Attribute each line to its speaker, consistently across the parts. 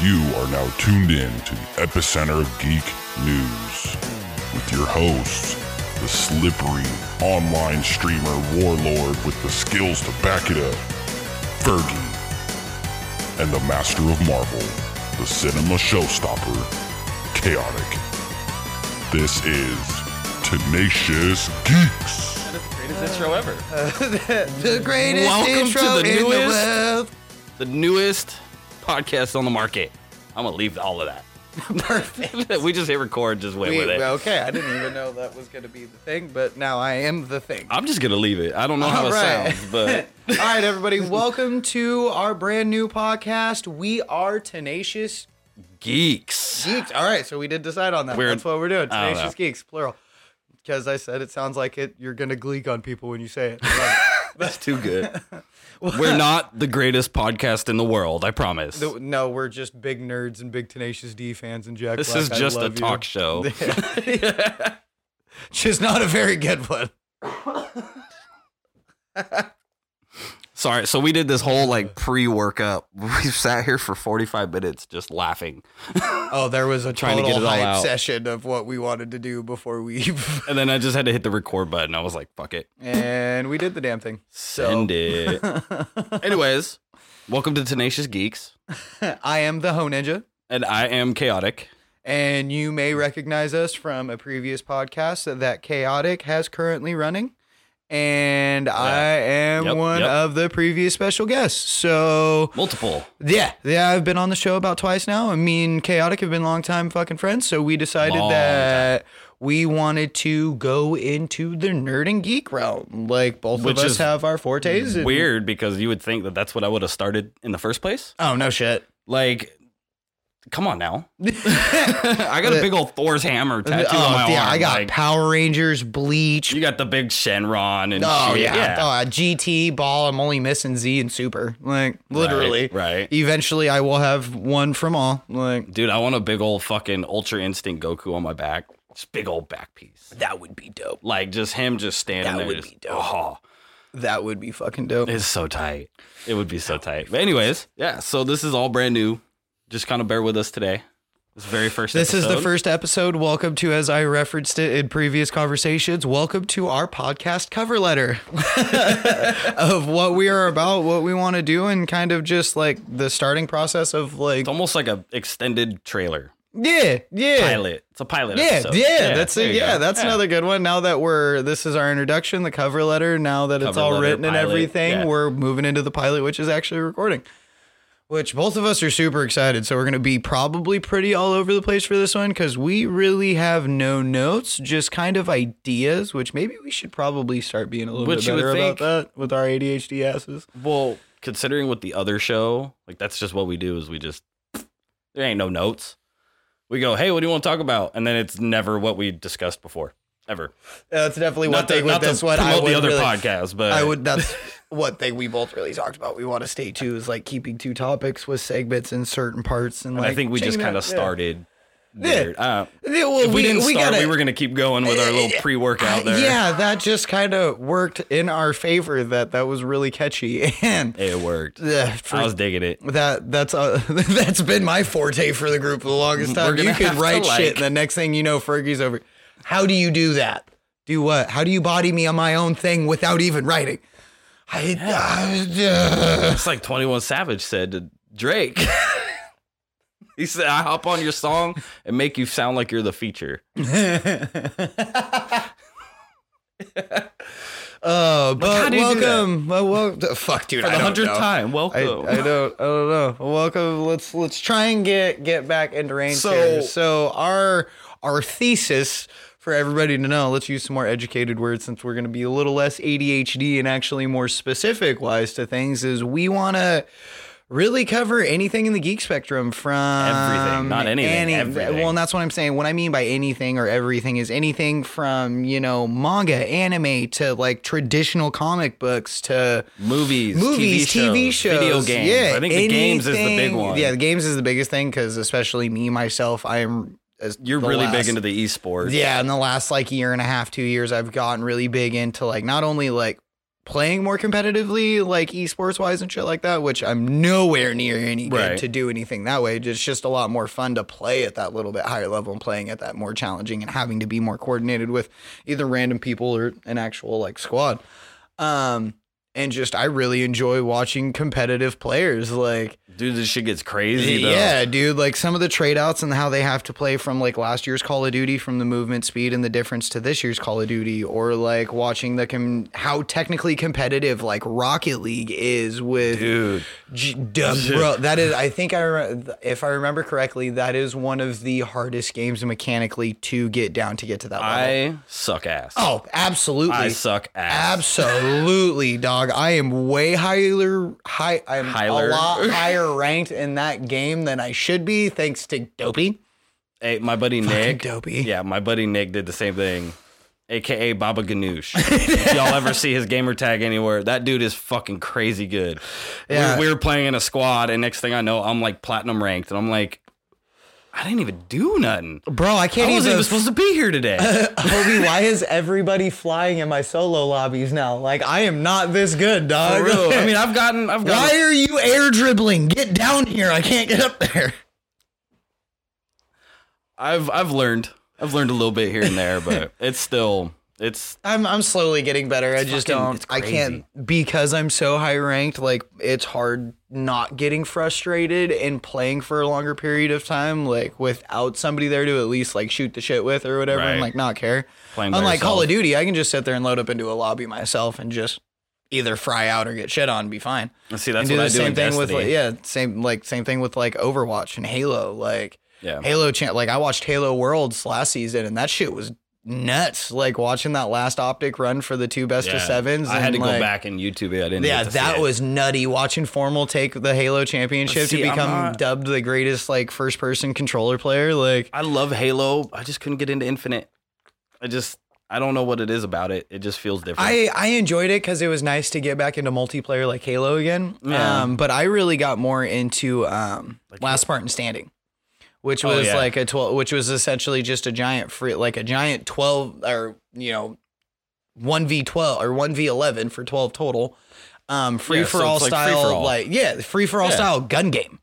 Speaker 1: You are now tuned in to the epicenter of geek news with your hosts, the slippery online streamer warlord with the skills to back it up, Fergie, and the master of Marvel, the cinema showstopper, Chaotic. This is Tenacious Geeks.
Speaker 2: That's the greatest intro ever.
Speaker 3: The greatest
Speaker 2: Welcome to
Speaker 3: intro
Speaker 2: the
Speaker 3: in
Speaker 2: newest-
Speaker 3: the world.
Speaker 2: The newest podcast on the market. I'm gonna leave all of that. Perfect. we just hit record, just went
Speaker 3: We-
Speaker 2: with it.
Speaker 3: okay, I didn't even know that was going to be the thing, but now I am the thing.
Speaker 2: I'm just gonna leave it. I don't know how
Speaker 3: All
Speaker 2: it
Speaker 3: right.
Speaker 2: sounds, but
Speaker 3: All right, everybody, welcome to our brand new podcast. We are Tenacious
Speaker 2: geeks.
Speaker 3: Geeks. All right, so we did decide on that.
Speaker 2: We're-
Speaker 3: That's what we're doing.
Speaker 2: I don't
Speaker 3: Tenacious
Speaker 2: know.
Speaker 3: Geeks, plural. Because I said it sounds like it. You're going to gleek on people when you say it.
Speaker 2: That's too good. We're not the greatest podcast in the world, I promise.
Speaker 3: No, no, we're just big nerds and big Tenacious D fans and Jack.
Speaker 2: this
Speaker 3: Black,
Speaker 2: is
Speaker 3: I
Speaker 2: just a
Speaker 3: love you.
Speaker 2: talk show.
Speaker 3: Just not a very good one.
Speaker 2: Sorry. So we did this whole like pre-workup. We sat here for 45 minutes just laughing.
Speaker 3: Oh, there was a
Speaker 2: Trying to
Speaker 3: total
Speaker 2: get it all
Speaker 3: hype
Speaker 2: out.
Speaker 3: session of what we wanted to do before we,
Speaker 2: And then I just had to hit the record button. I was like, fuck it.
Speaker 3: and we did the damn thing. So
Speaker 2: Send it. Anyways, welcome to Tenacious Geeks.
Speaker 3: I am the Ho Ninja,
Speaker 2: And I am chaotic.
Speaker 3: and you may recognize us from a previous podcast that Chaotic has currently running, and I am
Speaker 2: Yep,
Speaker 3: one
Speaker 2: yep.
Speaker 3: of the previous special guests. So
Speaker 2: Multiple.
Speaker 3: yeah, yeah, I've been on the show about twice now. I mean, Chaotic have been longtime fucking friends, so we decided
Speaker 2: Long
Speaker 3: that. We wanted to go into the nerd and geek realm. Like both
Speaker 2: Which
Speaker 3: of us
Speaker 2: is
Speaker 3: have our fortes. and-
Speaker 2: Weird because you would think that that's what I would have started in the first place.
Speaker 3: Oh no shit.
Speaker 2: Like, come on now. I got a big old Thor's hammer tattoo on my
Speaker 3: Uh, oh, yeah,
Speaker 2: arm.
Speaker 3: I got
Speaker 2: like,
Speaker 3: Power Rangers, Bleach.
Speaker 2: you got the big Shenron and
Speaker 3: oh
Speaker 2: shit.
Speaker 3: yeah, Oh, GT Ball. I'm only missing Z and Super. Like Oh, literally,
Speaker 2: right.
Speaker 3: Eventually, I will have one from all. Like
Speaker 2: Dude, I want a big old fucking Ultra Instinct Goku on my back. Just big old back piece.
Speaker 3: that would be dope.
Speaker 2: Like just him just standing
Speaker 3: That
Speaker 2: there.
Speaker 3: would
Speaker 2: just,
Speaker 3: be dope.
Speaker 2: Oh,
Speaker 3: That would be fucking dope.
Speaker 2: It's so tight. It would be so tight. But anyways, yeah. So this is all brand new. Just kind of bear with us today. This very first.
Speaker 3: This is the
Speaker 2: episode.
Speaker 3: first episode. Welcome to, as I referenced it in previous conversations, welcome to our podcast cover letter of what we are about, what we want to do, and kind of just like the starting process of like,
Speaker 2: It's almost like a extended trailer
Speaker 3: yeah, yeah.
Speaker 2: pilot. It's a pilot.
Speaker 3: Yeah,
Speaker 2: episode.
Speaker 3: yeah, that's
Speaker 2: there
Speaker 3: it.
Speaker 2: you
Speaker 3: Yeah,
Speaker 2: go.
Speaker 3: that's another good one. Now that we're this is our introduction, the cover letter. Now that it's
Speaker 2: Cover
Speaker 3: all
Speaker 2: letter,
Speaker 3: written and
Speaker 2: pilot,
Speaker 3: everything,
Speaker 2: yeah.
Speaker 3: we're moving into the pilot, which is actually recording. Which both of us are super excited. So we're going to be probably pretty all over the place for this one because we really have no notes, just kind of ideas. Which maybe we should probably start being a little
Speaker 2: Which
Speaker 3: bit
Speaker 2: you would
Speaker 3: better
Speaker 2: think.
Speaker 3: about that with our ADHD asses.
Speaker 2: Well, considering what the other show, like that's just what we do is we just there ain't no notes. We go, hey, what do you want to talk about? And then it's never what we discussed before, ever.
Speaker 3: That's definitely one
Speaker 2: Not to,
Speaker 3: thing with
Speaker 2: not to
Speaker 3: this one.
Speaker 2: promote
Speaker 3: I would
Speaker 2: the other
Speaker 3: really-
Speaker 2: podcast, but
Speaker 3: I would. That's one thing we both really talked about. We want to stay to is like keeping two topics with segments in certain parts, and,
Speaker 2: And
Speaker 3: like
Speaker 2: I think we just
Speaker 3: changing
Speaker 2: kind of
Speaker 3: that. Yeah.
Speaker 2: started.
Speaker 3: Yeah.
Speaker 2: Weird. Uh,
Speaker 3: Yeah, well,
Speaker 2: if we, didn't start,
Speaker 3: gotta-
Speaker 2: we were gonna keep going with our little pre-workout there.
Speaker 3: Yeah, that just kind of worked in our favor. That that was really catchy, and
Speaker 2: it worked.
Speaker 3: uh, for-
Speaker 2: I was digging it.
Speaker 3: that that's uh, that's been my forte for the group for the longest time.
Speaker 2: gonna
Speaker 3: You
Speaker 2: have
Speaker 3: can
Speaker 2: to,
Speaker 3: write
Speaker 2: like-
Speaker 3: shit, and the next thing you know, Fergie's over. How do you do that? Do what? How do you body me on my own thing without even writing? I, I- uh,
Speaker 2: It's like Twenty One Savage said to Drake. he said, "I hop on your song and make you sound like you're the feature."
Speaker 3: Uh, but
Speaker 2: how do you do that?
Speaker 3: welcome. Well, well, fuck, dude.
Speaker 2: For
Speaker 3: I
Speaker 2: the
Speaker 3: don't
Speaker 2: hundredth
Speaker 3: know.
Speaker 2: time,
Speaker 3: I,
Speaker 2: welcome.
Speaker 3: I don't. I don't know. Welcome. Let's let's try and get get back into range
Speaker 2: So-
Speaker 3: here. So our our thesis for everybody to know. Let's use some more educated words since we're going to be a little less ADHD and actually more specific wise to things. Is we want to. Really cover anything in the geek spectrum from
Speaker 2: Everything, not anything, everything.
Speaker 3: Well, and that's what I'm saying. What I mean by anything or everything is anything from you know manga, anime to like traditional comic books to
Speaker 2: movies,
Speaker 3: movies,
Speaker 2: TV, shows,
Speaker 3: TV shows,
Speaker 2: video games.
Speaker 3: Yeah,
Speaker 2: I think the games is the big
Speaker 3: anything-
Speaker 2: one.
Speaker 3: Yeah, the games is the biggest thing because especially me myself, I am. As
Speaker 2: you're
Speaker 3: the
Speaker 2: really
Speaker 3: last-
Speaker 2: big into the esports.
Speaker 3: Yeah, in the last like year and a half, two years, I've gotten really big into like not only like playing more competitively, like esports wise and shit like that, which I'm nowhere near any good
Speaker 2: Right.
Speaker 3: to do anything that way. It's just a lot more fun to play at that little bit higher level and playing at that more challenging and having to be more coordinated with either random people or an actual like squad. Um, and just I really enjoy watching competitive players like
Speaker 2: Dude, this shit gets crazy though.
Speaker 3: yeah, dude. Like some of the trade outs and how they have to play from like last year's Call of Duty from the movement speed and the difference to this year's Call of Duty, or like watching the com- how technically competitive like Rocket League is with
Speaker 2: Dude.
Speaker 3: G- duh, bro. That is, I think I re- if I remember correctly, that is one of the hardest games mechanically to get down to get to that level.
Speaker 2: I suck ass.
Speaker 3: oh, absolutely.
Speaker 2: I suck ass.
Speaker 3: Absolutely, dog. I am way higher, high. I'm a
Speaker 2: Higher.
Speaker 3: lot higher ranked in that game than I should be, thanks to Dopey.
Speaker 2: Hey, my buddy
Speaker 3: Fucking
Speaker 2: Nick.
Speaker 3: Dopey.
Speaker 2: Yeah, my buddy Nick did the same thing. AKA Baba Ganoush. if y'all ever see his gamer tag anywhere, that dude is fucking crazy good. We-
Speaker 3: Yeah.
Speaker 2: We, were playing in a squad, and next thing I know, I'm like platinum ranked, and I'm like, I didn't even do nothing.
Speaker 3: bro. I can't
Speaker 2: I wasn't
Speaker 3: even.
Speaker 2: even supposed to be here today.
Speaker 3: Kobe, why is everybody flying in my solo lobbies now? Like I am not this good, dog.
Speaker 2: For real. I mean, I've gotten, I've
Speaker 3: why
Speaker 2: gotten.
Speaker 3: are you air dribbling? Get down here. I can't get up there.
Speaker 2: I've I've learned. I've learned a little bit here and there, but it's still it's
Speaker 3: I'm I'm slowly getting better. I just
Speaker 2: fucking-
Speaker 3: don't.
Speaker 2: it's
Speaker 3: I can't because I'm so high ranked. Like it's hard not getting frustrated and playing for a longer period of time, like without somebody there to at least like shoot the shit with or whatever,
Speaker 2: Right.
Speaker 3: and like not care.
Speaker 2: playing. by
Speaker 3: Unlike Call
Speaker 2: yourself.
Speaker 3: of Duty, I can just sit there and load up into a lobby myself and just either fry out or get shit on, and be fine.
Speaker 2: See, that's
Speaker 3: and do
Speaker 2: what
Speaker 3: the
Speaker 2: I do
Speaker 3: same
Speaker 2: in
Speaker 3: thing with
Speaker 2: Destiny.
Speaker 3: like, yeah, same like same thing with like Overwatch and Halo, like.
Speaker 2: yeah.
Speaker 3: Halo chan like I watched Halo Worlds last season and that shit was nuts. Like watching that last optic run for the two best
Speaker 2: Yeah.
Speaker 3: of sevens.
Speaker 2: I had
Speaker 3: and,
Speaker 2: to go
Speaker 3: like,
Speaker 2: back and YouTube it. I didn't.
Speaker 3: Yeah,
Speaker 2: get to see
Speaker 3: that
Speaker 2: it.
Speaker 3: was nutty. Watching Formal take the Halo championship
Speaker 2: See,
Speaker 3: to
Speaker 2: I'm
Speaker 3: become
Speaker 2: not-
Speaker 3: dubbed the greatest like first person controller player. Like
Speaker 2: I love Halo. I just couldn't get into Infinite. I just I don't know what it is about it. It just feels different.
Speaker 3: I, I enjoyed it because it was nice to get back into multiplayer like Halo again.
Speaker 2: Yeah.
Speaker 3: Um, but I really got more into um,
Speaker 2: Like-
Speaker 3: Last Spartan Standing, which
Speaker 2: Oh,
Speaker 3: was
Speaker 2: yeah.
Speaker 3: like a twelve, which was essentially just a giant free, like a giant twelve or you know, one v twelve or one v eleven for twelve total, um, free
Speaker 2: Yeah,
Speaker 3: for
Speaker 2: so
Speaker 3: all
Speaker 2: it's like
Speaker 3: style,
Speaker 2: free-for-all.
Speaker 3: like yeah, free for all
Speaker 2: Yeah.
Speaker 3: style gun game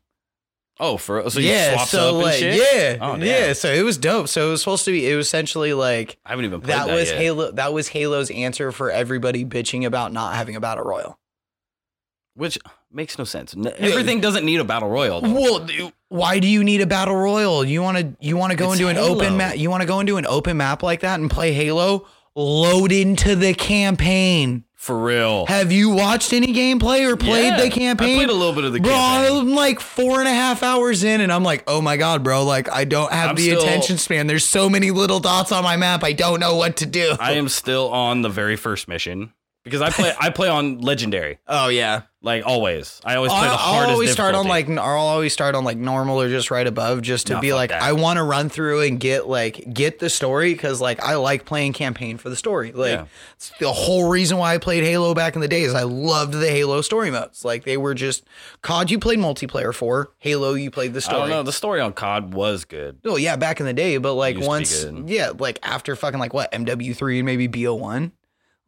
Speaker 2: oh, for so you
Speaker 3: yeah,
Speaker 2: swaps
Speaker 3: so
Speaker 2: up
Speaker 3: like,
Speaker 2: and shit.
Speaker 3: Yeah,
Speaker 2: Oh, damn.
Speaker 3: yeah. So it was dope. So it was supposed to be. It was essentially like
Speaker 2: I haven't even played
Speaker 3: that,
Speaker 2: that,
Speaker 3: was
Speaker 2: yet.
Speaker 3: Halo. That was Halo's answer for everybody bitching about not having a battle royal.
Speaker 2: which makes no sense. N- Everything doesn't need a battle royal. Though.
Speaker 3: Well, d- why do you need a battle royal? You want to you want to go
Speaker 2: It's
Speaker 3: into an
Speaker 2: Halo.
Speaker 3: open map. You want to go into an open map like that and play Halo. Load into the campaign.
Speaker 2: For real.
Speaker 3: Have you watched any gameplay or played
Speaker 2: Yeah.
Speaker 3: the campaign?
Speaker 2: I played a little bit of the
Speaker 3: Bro,
Speaker 2: campaign.
Speaker 3: I'm like four and a half hours in, and I'm like, oh my god, bro! Like, I don't have
Speaker 2: I'm
Speaker 3: the
Speaker 2: still-
Speaker 3: attention span. There's so many little dots on my map. I don't know what to do.
Speaker 2: I am still on the very first mission because I play I play on legendary
Speaker 3: oh yeah,
Speaker 2: like always. I always play the
Speaker 3: I'll,
Speaker 2: hardest.
Speaker 3: I'll always start on
Speaker 2: difficulty.
Speaker 3: like n- I'll always start on like normal or just right above, just to
Speaker 2: Nah,
Speaker 3: be
Speaker 2: fuck
Speaker 3: like,
Speaker 2: that.
Speaker 3: I want to run through and get like get the story because like I like playing campaign for the story. Like
Speaker 2: Yeah.
Speaker 3: it's the whole reason why I played Halo back in the day is I loved the Halo story modes. Like they were just COD you played multiplayer for Halo you played the
Speaker 2: I
Speaker 3: story.
Speaker 2: don't know. The story on COD was good.
Speaker 3: Oh yeah, back in the day, but like
Speaker 2: Used to be
Speaker 3: once,
Speaker 2: good.
Speaker 3: yeah, like after fucking like what MW3 and maybe BO1,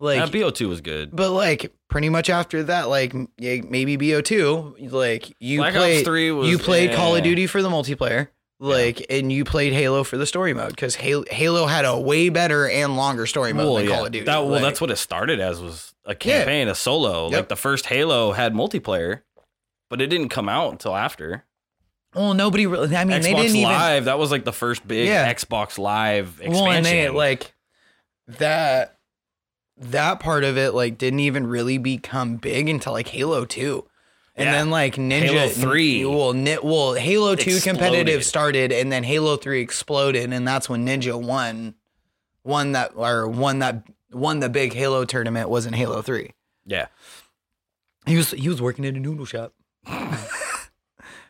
Speaker 3: like,
Speaker 2: Now, BO2 was good.
Speaker 3: but like pretty much after that, like m- yeah, maybe BO2, like you
Speaker 2: Black Ops
Speaker 3: played
Speaker 2: 3 was-
Speaker 3: you played Call
Speaker 2: yeah.
Speaker 3: of Duty for the multiplayer, like, and you played Halo for the story mode because Halo, Halo had a way better and longer story mode than Call of Duty.
Speaker 2: That, well,
Speaker 3: like-
Speaker 2: that's what it started as was a campaign, a solo.
Speaker 3: Yep.
Speaker 2: Like the first Halo had multiplayer, but it didn't come out until after
Speaker 3: well, nobody really. I mean,
Speaker 2: Xbox
Speaker 3: they didn't even
Speaker 2: Live. That was like the first big
Speaker 3: Yeah.
Speaker 2: Xbox Live expansion.
Speaker 3: Well, and they like that that part of it like didn't even really become big until like Halo Two, and
Speaker 2: Yeah.
Speaker 3: then like Ninja
Speaker 2: Halo 3
Speaker 3: Well, ni- well, Halo Two
Speaker 2: exploded.
Speaker 3: competitive started, and then Halo Three exploded, and that's when Ninja won, won that or won that won the big Halo tournament was in Halo Three.
Speaker 2: yeah,
Speaker 3: He was he was working at a noodle shop.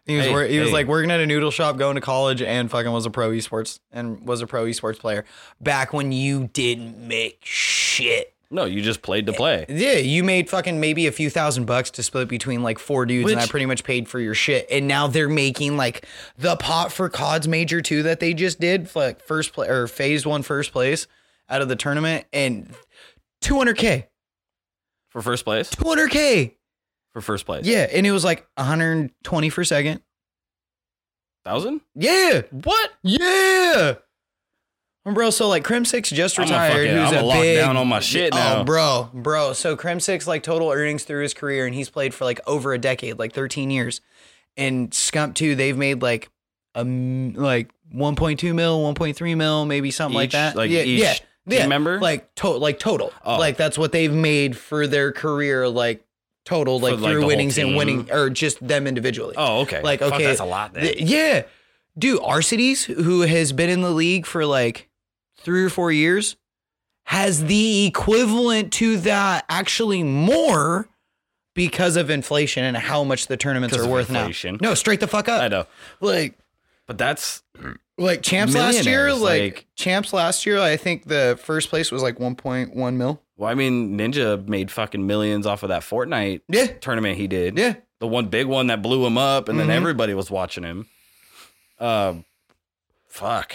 Speaker 3: he was
Speaker 2: Hey,
Speaker 3: wor- he was
Speaker 2: hey.
Speaker 3: like working at a noodle shop, going to college, and fucking was a pro esports and was a pro esports player back when you didn't make shit.
Speaker 2: no, you just played to play.
Speaker 3: Yeah, you made fucking maybe a few thousand bucks to split between like four dudes, and I
Speaker 2: Which-
Speaker 3: pretty much paid for your shit. And now they're making like the pot for COD's major two that they just did, like first play or phase one first place out of the tournament, and two hundred k
Speaker 2: for first place.
Speaker 3: 200K.
Speaker 2: For first place.
Speaker 3: Yeah. And it was like 120 for second.
Speaker 2: Thousand?
Speaker 3: Yeah.
Speaker 2: What?
Speaker 3: Yeah. And bro, so like Crim Six just
Speaker 2: I'm gonna
Speaker 3: retired.
Speaker 2: fucking-
Speaker 3: who's
Speaker 2: I'm
Speaker 3: a
Speaker 2: gonna lock
Speaker 3: big-
Speaker 2: down on my shit now.
Speaker 3: Oh, bro, bro. So Crim Six like total earnings through his career, and he's played for like over a decade, like 13 years. And Scump Two, they've made like um like 1.2 mil, 1.3 mil, maybe something like
Speaker 2: Each-
Speaker 3: that.
Speaker 2: like
Speaker 3: yeah,
Speaker 2: each
Speaker 3: yeah,
Speaker 2: team
Speaker 3: yeah.
Speaker 2: member?
Speaker 3: like to- like total,
Speaker 2: Oh.
Speaker 3: like that's what they've made for their career, like total,
Speaker 2: For,
Speaker 3: like
Speaker 2: like, the
Speaker 3: through
Speaker 2: whole
Speaker 3: winnings and
Speaker 2: team.
Speaker 3: winning, or just them individually.
Speaker 2: Oh, okay.
Speaker 3: Like,
Speaker 2: Fuck,
Speaker 3: okay,
Speaker 2: that's a lot. Then.
Speaker 3: Th- yeah. Dude, Arcides, who has been in the league for like three or four years, has the equivalent to that, actually more because of inflation and how much the tournaments
Speaker 2: Because
Speaker 3: are
Speaker 2: of
Speaker 3: worth
Speaker 2: inflation.
Speaker 3: now. No, straight the fuck
Speaker 2: I
Speaker 3: up.
Speaker 2: know,
Speaker 3: Like
Speaker 2: but that's
Speaker 3: like champs last year,
Speaker 2: Millionaires,
Speaker 3: like,
Speaker 2: like-
Speaker 3: champs last year, I think the first place was like 1.1 mil.
Speaker 2: well. I mean, Ninja made fucking millions off of that Fortnite
Speaker 3: Yeah.
Speaker 2: tournament he did.
Speaker 3: Yeah.
Speaker 2: the one big one that blew him up, and
Speaker 3: Mhm.
Speaker 2: then everybody was watching him. Um, fuck.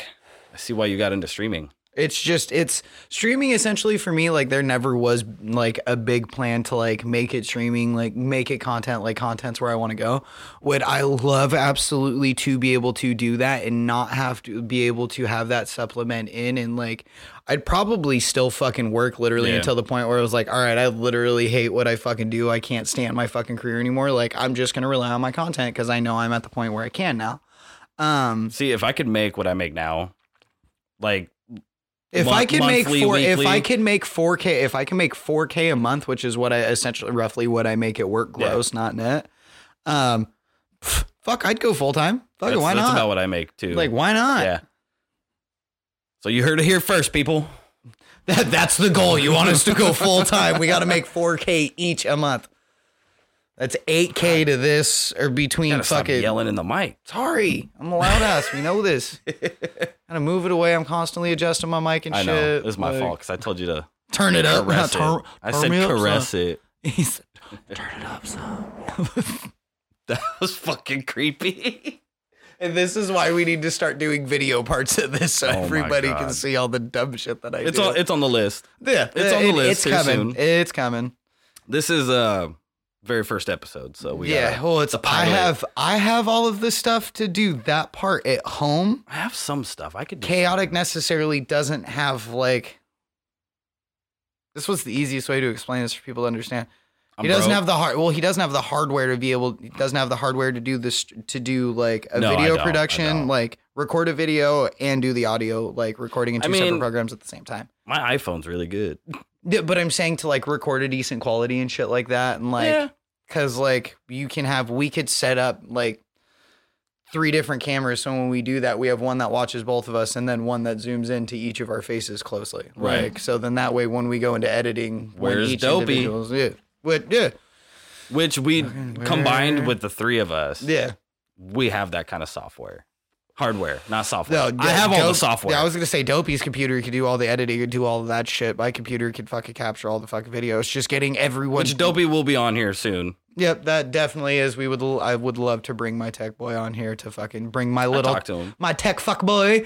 Speaker 2: I see why you got into streaming.
Speaker 3: It's just it's streaming essentially for me like there never was like a big plan to like make it streaming like make it content like content's where I want to go. Would I love absolutely to be able to do that and not have to be able to have that supplement in and like I'd probably still fucking work literally
Speaker 2: Yeah.
Speaker 3: until the point where I was like, all right, I literally hate what I fucking do. I can't stand my fucking career anymore. Like I'm just gonna rely on my content because I know I'm at the point where I can now. Um,
Speaker 2: See, if I could make what I make now, like
Speaker 3: If I
Speaker 2: Month-
Speaker 3: could make
Speaker 2: monthly,
Speaker 3: four, if I
Speaker 2: weekly.
Speaker 3: could make four K, if I can make four K a month, which is what I essentially roughly what I make at work
Speaker 2: Yeah.
Speaker 3: gross, not net. Um, pff, fuck, I'd go full time. Fuck, it,
Speaker 2: that's,
Speaker 3: why
Speaker 2: that's about
Speaker 3: not?
Speaker 2: what I make too.
Speaker 3: Like, why not?
Speaker 2: yeah. So you heard it here first, people.
Speaker 3: That, that's the goal. You want us to go full time? We got to make four K each a month. That's eight K to this, or between
Speaker 2: Gotta stop
Speaker 3: fucking.
Speaker 2: yelling in the mic.
Speaker 3: Sorry, I'm a loud ass. We know this. Gotta move it away. I'm constantly adjusting my mic and
Speaker 2: I
Speaker 3: shit.
Speaker 2: know it's my
Speaker 3: Like,
Speaker 2: fault because I told you to
Speaker 3: Turn it up.
Speaker 2: caress
Speaker 3: Turn-
Speaker 2: it. I
Speaker 3: turn
Speaker 2: said
Speaker 3: me up, son.
Speaker 2: caress it.
Speaker 3: He's turn it up some.
Speaker 2: That was fucking creepy.
Speaker 3: And this is why we need to start doing video parts of this so
Speaker 2: Oh my
Speaker 3: everybody can
Speaker 2: God.
Speaker 3: see all the dumb shit that I
Speaker 2: It's
Speaker 3: do.
Speaker 2: on. It's on the list.
Speaker 3: yeah,
Speaker 2: it's on the list
Speaker 3: It's
Speaker 2: here
Speaker 3: coming.
Speaker 2: soon.
Speaker 3: It's coming.
Speaker 2: This is uh very first episode. So we
Speaker 3: yeah.
Speaker 2: gotta-
Speaker 3: well, it's.
Speaker 2: the
Speaker 3: I
Speaker 2: pilot.
Speaker 3: have. I have all of this stuff to do that part at home.
Speaker 2: I have some stuff I could. Do
Speaker 3: Chaotic necessarily doesn't have like. This was the easiest way to explain this for people to understand.
Speaker 2: I'm
Speaker 3: he doesn't
Speaker 2: broke.
Speaker 3: have the hard. Well, he doesn't have the hardware to be able. He doesn't have the hardware to do this to do like a
Speaker 2: No, I
Speaker 3: video
Speaker 2: don't, I
Speaker 3: production,
Speaker 2: don't.
Speaker 3: like record a video and do the audio, like recording in
Speaker 2: I
Speaker 3: two separate
Speaker 2: mean-
Speaker 3: programs at the same time.
Speaker 2: My iPhone's really good.
Speaker 3: Yeah, but I'm saying to like record a decent quality and shit like that, and like
Speaker 2: yeah.
Speaker 3: because like you can have we could set up like three different cameras. So when we do that, we have one that watches both of us, and then one that zooms into each of our faces closely.
Speaker 2: Right.
Speaker 3: Like, so then that way, when we go into editing, when
Speaker 2: Where's
Speaker 3: each
Speaker 2: Dopey?
Speaker 3: individual's- Yeah. What? Yeah.
Speaker 2: Which we combined
Speaker 3: where-
Speaker 2: with the three of us,
Speaker 3: Yeah.
Speaker 2: we have that kind of software, hardware, not
Speaker 3: No,
Speaker 2: software.
Speaker 3: do-
Speaker 2: I have all the
Speaker 3: Dope-
Speaker 2: software.
Speaker 3: Yeah, I was gonna say Dopey's computer could do all the editing and do all of that shit. My computer could fucking capture all the fucking videos. just getting everyone.
Speaker 2: which Dopey will be on here soon.
Speaker 3: Yep, that definitely is. We would. l- I would love to bring my tech boy on here to fucking bring my
Speaker 2: I
Speaker 3: little
Speaker 2: talked to him.
Speaker 3: my tech fuck boy.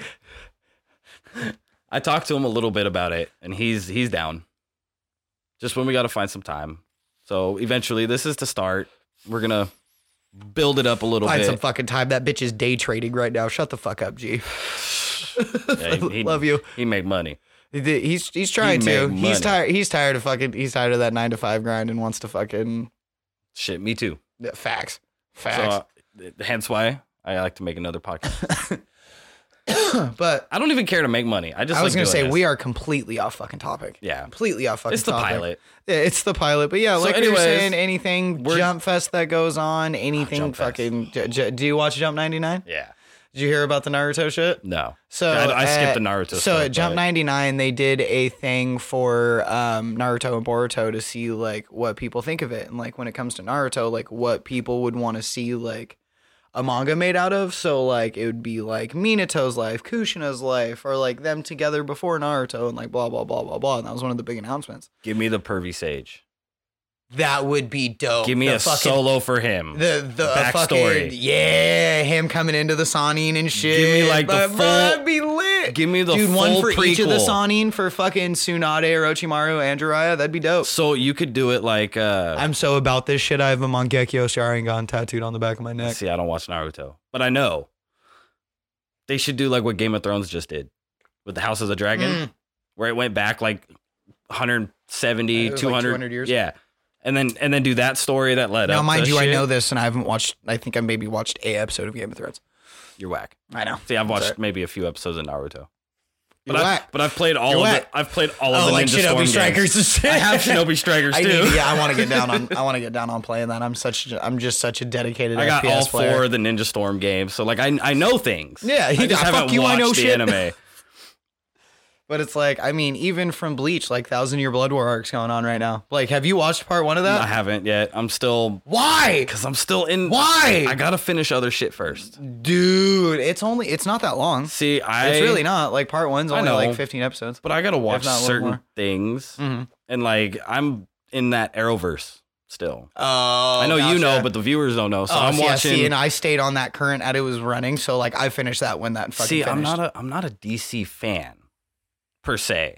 Speaker 2: I talked to him a little bit about it, and he's he's down. Just when we got to find some time. So eventually, this is to start. We're gonna build it up a little
Speaker 3: Find
Speaker 2: bit.
Speaker 3: some fucking time. That bitch is day trading right now. Shut the fuck up, G.
Speaker 2: Yeah, he- he-
Speaker 3: love you.
Speaker 2: He made money.
Speaker 3: He did- He's he's trying to.
Speaker 2: made
Speaker 3: He's
Speaker 2: money.
Speaker 3: tired. He's tired of fucking. He's tired of that nine to five grind and wants to fucking
Speaker 2: Shit, me too.
Speaker 3: Yeah, facts.
Speaker 2: So,
Speaker 3: Facts.
Speaker 2: uh, hence why I like to make another podcast. uh,
Speaker 3: but
Speaker 2: I don't even care to make money. I just
Speaker 3: I was
Speaker 2: like
Speaker 3: gonna
Speaker 2: doing
Speaker 3: say
Speaker 2: this.
Speaker 3: we are completely off fucking topic.
Speaker 2: Yeah.
Speaker 3: completely off fucking.
Speaker 2: It's the
Speaker 3: topic.
Speaker 2: pilot.
Speaker 3: Yeah, it's the pilot. But yeah,
Speaker 2: So
Speaker 3: like we were
Speaker 2: anyways,
Speaker 3: saying, anything
Speaker 2: we're- Ah,
Speaker 3: jump fest that goes on, anything
Speaker 2: Jump Fest.
Speaker 3: fucking. J- j- do you watch Jump ninety nine?
Speaker 2: Yeah.
Speaker 3: Did you hear about the Naruto shit?
Speaker 2: No.
Speaker 3: So
Speaker 2: I, I skipped
Speaker 3: at-
Speaker 2: the Naruto.
Speaker 3: So
Speaker 2: stuff,
Speaker 3: at Jump
Speaker 2: but-
Speaker 3: ninety nine, they did a thing for um, Naruto and Boruto to see like what people think of it, and like when it comes to Naruto, like what people would want to see like a manga made out of. So like it would be like Minato's life, Kushina's life, or like them together before Naruto, and like blah blah blah blah blah. And that was one of the big announcements.
Speaker 2: Give me the pervy sage.
Speaker 3: That would be dope.
Speaker 2: Give me
Speaker 3: Oh, The
Speaker 2: a
Speaker 3: fucking-
Speaker 2: solo for him.
Speaker 3: The the
Speaker 2: Backstory.
Speaker 3: fucking yeah, him coming into the Sanin and shit.
Speaker 2: Give me, like, the
Speaker 3: But, bro,
Speaker 2: full-
Speaker 3: that'd be lit. it.
Speaker 2: Give me the
Speaker 3: dude one
Speaker 2: full
Speaker 3: for each of the
Speaker 2: prequel. Sanin
Speaker 3: Sanin for fucking Tsunade, Orochimaru, and Jiraiya. That'd be dope.
Speaker 2: So you could do it like uh
Speaker 3: I'm so about this shit. I have a Mangekyo Sharingan tattooed on the back of my neck.
Speaker 2: see, I don't watch Naruto, but I know they should do like what Game of Thrones just did with the House of the Dragon,
Speaker 3: Mm.
Speaker 2: where it went back like 170,
Speaker 3: It was, like,
Speaker 2: 200,
Speaker 3: 200 years.
Speaker 2: Yeah. And then and then do that story that led
Speaker 3: Now,
Speaker 2: up.
Speaker 3: mind
Speaker 2: to
Speaker 3: you, I
Speaker 2: shit.
Speaker 3: know this, and I haven't watched. I think I maybe watched a episode of Game of Thrones.
Speaker 2: you're whack.
Speaker 3: I know.
Speaker 2: See, I've watched
Speaker 3: Sorry.
Speaker 2: maybe a few episodes of Naruto.
Speaker 3: You're
Speaker 2: But I've,
Speaker 3: whack.
Speaker 2: but I've played all
Speaker 3: You're
Speaker 2: of
Speaker 3: whack. Oh,
Speaker 2: it. I've played all of the Ninja Storm games.
Speaker 3: and shit.
Speaker 2: I have Shinobi Strikers
Speaker 3: I
Speaker 2: too.
Speaker 3: need to- yeah, I want to get down on. I want to get down on playing that. I'm such. I'm just such a dedicated.
Speaker 2: I got
Speaker 3: FPS
Speaker 2: all
Speaker 3: player.
Speaker 2: four of the Ninja Storm games, so like I I know things.
Speaker 3: Yeah,
Speaker 2: I
Speaker 3: he-
Speaker 2: just
Speaker 3: I- fuck
Speaker 2: haven't
Speaker 3: you, I
Speaker 2: watched
Speaker 3: know
Speaker 2: the
Speaker 3: shit.
Speaker 2: anime.
Speaker 3: But it's like, I mean, even from Bleach, like Thousand Year Blood War arcs going on right now. Like, have you watched part one of that?
Speaker 2: I haven't yet. I'm still
Speaker 3: Why?
Speaker 2: because I'm still in.
Speaker 3: Why?
Speaker 2: I gotta finish other shit first.
Speaker 3: Dude, it's only it's not that long.
Speaker 2: See, I
Speaker 3: it's really not. Like part one's
Speaker 2: I
Speaker 3: only like
Speaker 2: know. Mm-hmm.
Speaker 3: fifteen episodes.
Speaker 2: But I gotta watch
Speaker 3: If not, what
Speaker 2: certain
Speaker 3: more?
Speaker 2: things,
Speaker 3: Mhm.
Speaker 2: and like I'm in that Arrowverse still.
Speaker 3: Oh,
Speaker 2: I know you know, but the viewers don't know. So I'm watching.
Speaker 3: see, and I stayed on that current as it was running, so like I finished that when that fucking.
Speaker 2: see, I'm
Speaker 3: finished.
Speaker 2: not a I'm not a DC fan per se.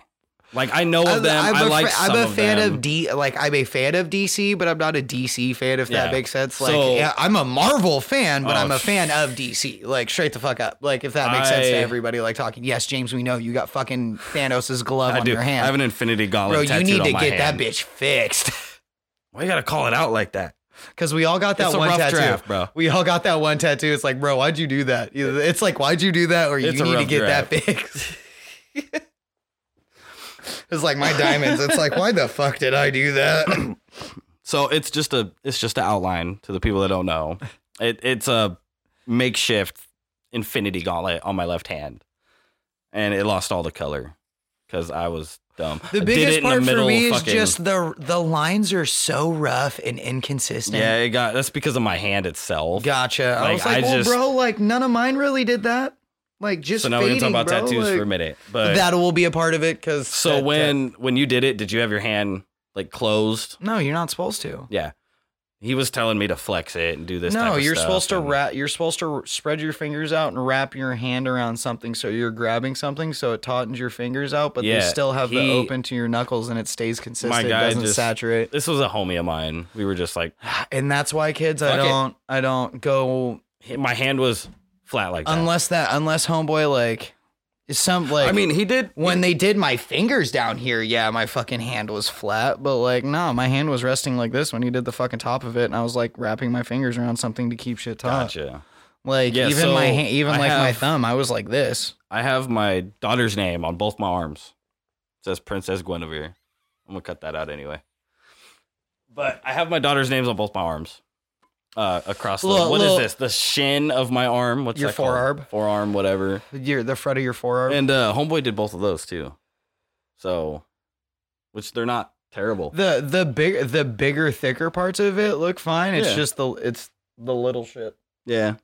Speaker 2: Like I know
Speaker 3: I'm-
Speaker 2: of them.
Speaker 3: I'm
Speaker 2: I
Speaker 3: a
Speaker 2: like
Speaker 3: fa- I'm
Speaker 2: some
Speaker 3: a
Speaker 2: of
Speaker 3: fan
Speaker 2: them.
Speaker 3: of D. Like I'm a fan of DC, but I'm not a DC fan. If
Speaker 2: Yeah.
Speaker 3: that makes sense. Like
Speaker 2: So-
Speaker 3: yeah, I'm a Marvel fan, but
Speaker 2: Oh,
Speaker 3: I'm a
Speaker 2: sh-
Speaker 3: fan of DC. Like straight the fuck up. Like if that makes sense to
Speaker 2: I-
Speaker 3: everybody. Like talking. Yes, James, we know you got fucking Thanos' glove
Speaker 2: I
Speaker 3: on
Speaker 2: do.
Speaker 3: your
Speaker 2: I
Speaker 3: hand,
Speaker 2: have an Infinity Gauntlet
Speaker 3: bro. You
Speaker 2: tattooed
Speaker 3: need
Speaker 2: on
Speaker 3: to
Speaker 2: my
Speaker 3: get that
Speaker 2: hand.
Speaker 3: bitch fixed
Speaker 2: Why you gotta call it out like that?
Speaker 3: because we all got that
Speaker 2: It's a
Speaker 3: one
Speaker 2: rough
Speaker 3: tattoo.
Speaker 2: draft, bro.
Speaker 3: We all got that one tattoo. It's like, bro, why'd you do that? Either- It's like, why'd you do that, or you
Speaker 2: It's a
Speaker 3: need to
Speaker 2: rough
Speaker 3: get that
Speaker 2: draft.
Speaker 3: fixed. it's like my diamonds. It's like, why the fuck did I do that?
Speaker 2: So it's just a it's just an outline to the people that don't know. It it's a makeshift infinity gauntlet on my left hand, and it lost all the color because I was dumb. I did
Speaker 3: The
Speaker 2: it
Speaker 3: biggest
Speaker 2: in the
Speaker 3: part
Speaker 2: middle
Speaker 3: for me is
Speaker 2: fucking-
Speaker 3: just the the lines are so rough and inconsistent.
Speaker 2: yeah. It got that's because of my hand itself.
Speaker 3: gotcha. I
Speaker 2: Like,
Speaker 3: was like,
Speaker 2: I
Speaker 3: well,
Speaker 2: just-
Speaker 3: bro, like none of mine really did that. Like just
Speaker 2: so now
Speaker 3: fading,
Speaker 2: we can talk about
Speaker 3: bro,
Speaker 2: tattoos
Speaker 3: like-
Speaker 2: for a minute. But
Speaker 3: That will be a part of it because
Speaker 2: so when when you did it, did you have your hand like closed?
Speaker 3: no, you're not supposed to.
Speaker 2: Yeah. He was telling me to flex it and do this. type
Speaker 3: No,
Speaker 2: of
Speaker 3: you're
Speaker 2: stuff,
Speaker 3: supposed to
Speaker 2: and-
Speaker 3: wrap. You're supposed to r- spread your fingers out and wrap your hand around something, so you're grabbing something, so it taughtens your fingers out, but
Speaker 2: Yeah,
Speaker 3: they still have the
Speaker 2: he-
Speaker 3: open to your knuckles and it stays consistent. it
Speaker 2: guy
Speaker 3: doesn't
Speaker 2: just-
Speaker 3: saturate.
Speaker 2: This was a homie of mine. We were just like,
Speaker 3: And that's why, kids, I
Speaker 2: Fuck it.
Speaker 3: don't, I don't go
Speaker 2: my hand was flat like that.
Speaker 3: unless that unless homeboy like is some like
Speaker 2: I mean, he did.
Speaker 3: when they did my fingers down here yeah my fucking hand was flat but like no my hand was resting like this when he did the fucking top of it and i was like wrapping my fingers around something to keep shit taut
Speaker 2: Gotcha.
Speaker 3: like
Speaker 2: Yeah,
Speaker 3: even
Speaker 2: so
Speaker 3: my hand even
Speaker 2: I
Speaker 3: like my
Speaker 2: have-
Speaker 3: thumb i was like this
Speaker 2: I have my daughter's name on both my arms. It says Princess Guinevere. I'm gonna cut that out anyway. But I have my daughter's names on both my arms. Uh, across the
Speaker 3: Little-
Speaker 2: what is
Speaker 3: little-
Speaker 2: this? The shin of my arm. What's
Speaker 3: Your
Speaker 2: that called?
Speaker 3: forearm.
Speaker 2: Forearm, whatever.
Speaker 3: your the front of your forearm
Speaker 2: And uh, Homeboy did both of those too. So, which they're not terrible.
Speaker 3: the the big the bigger thicker parts of it look fine it's
Speaker 2: Yeah.
Speaker 3: just the it's the little shit
Speaker 2: Yeah,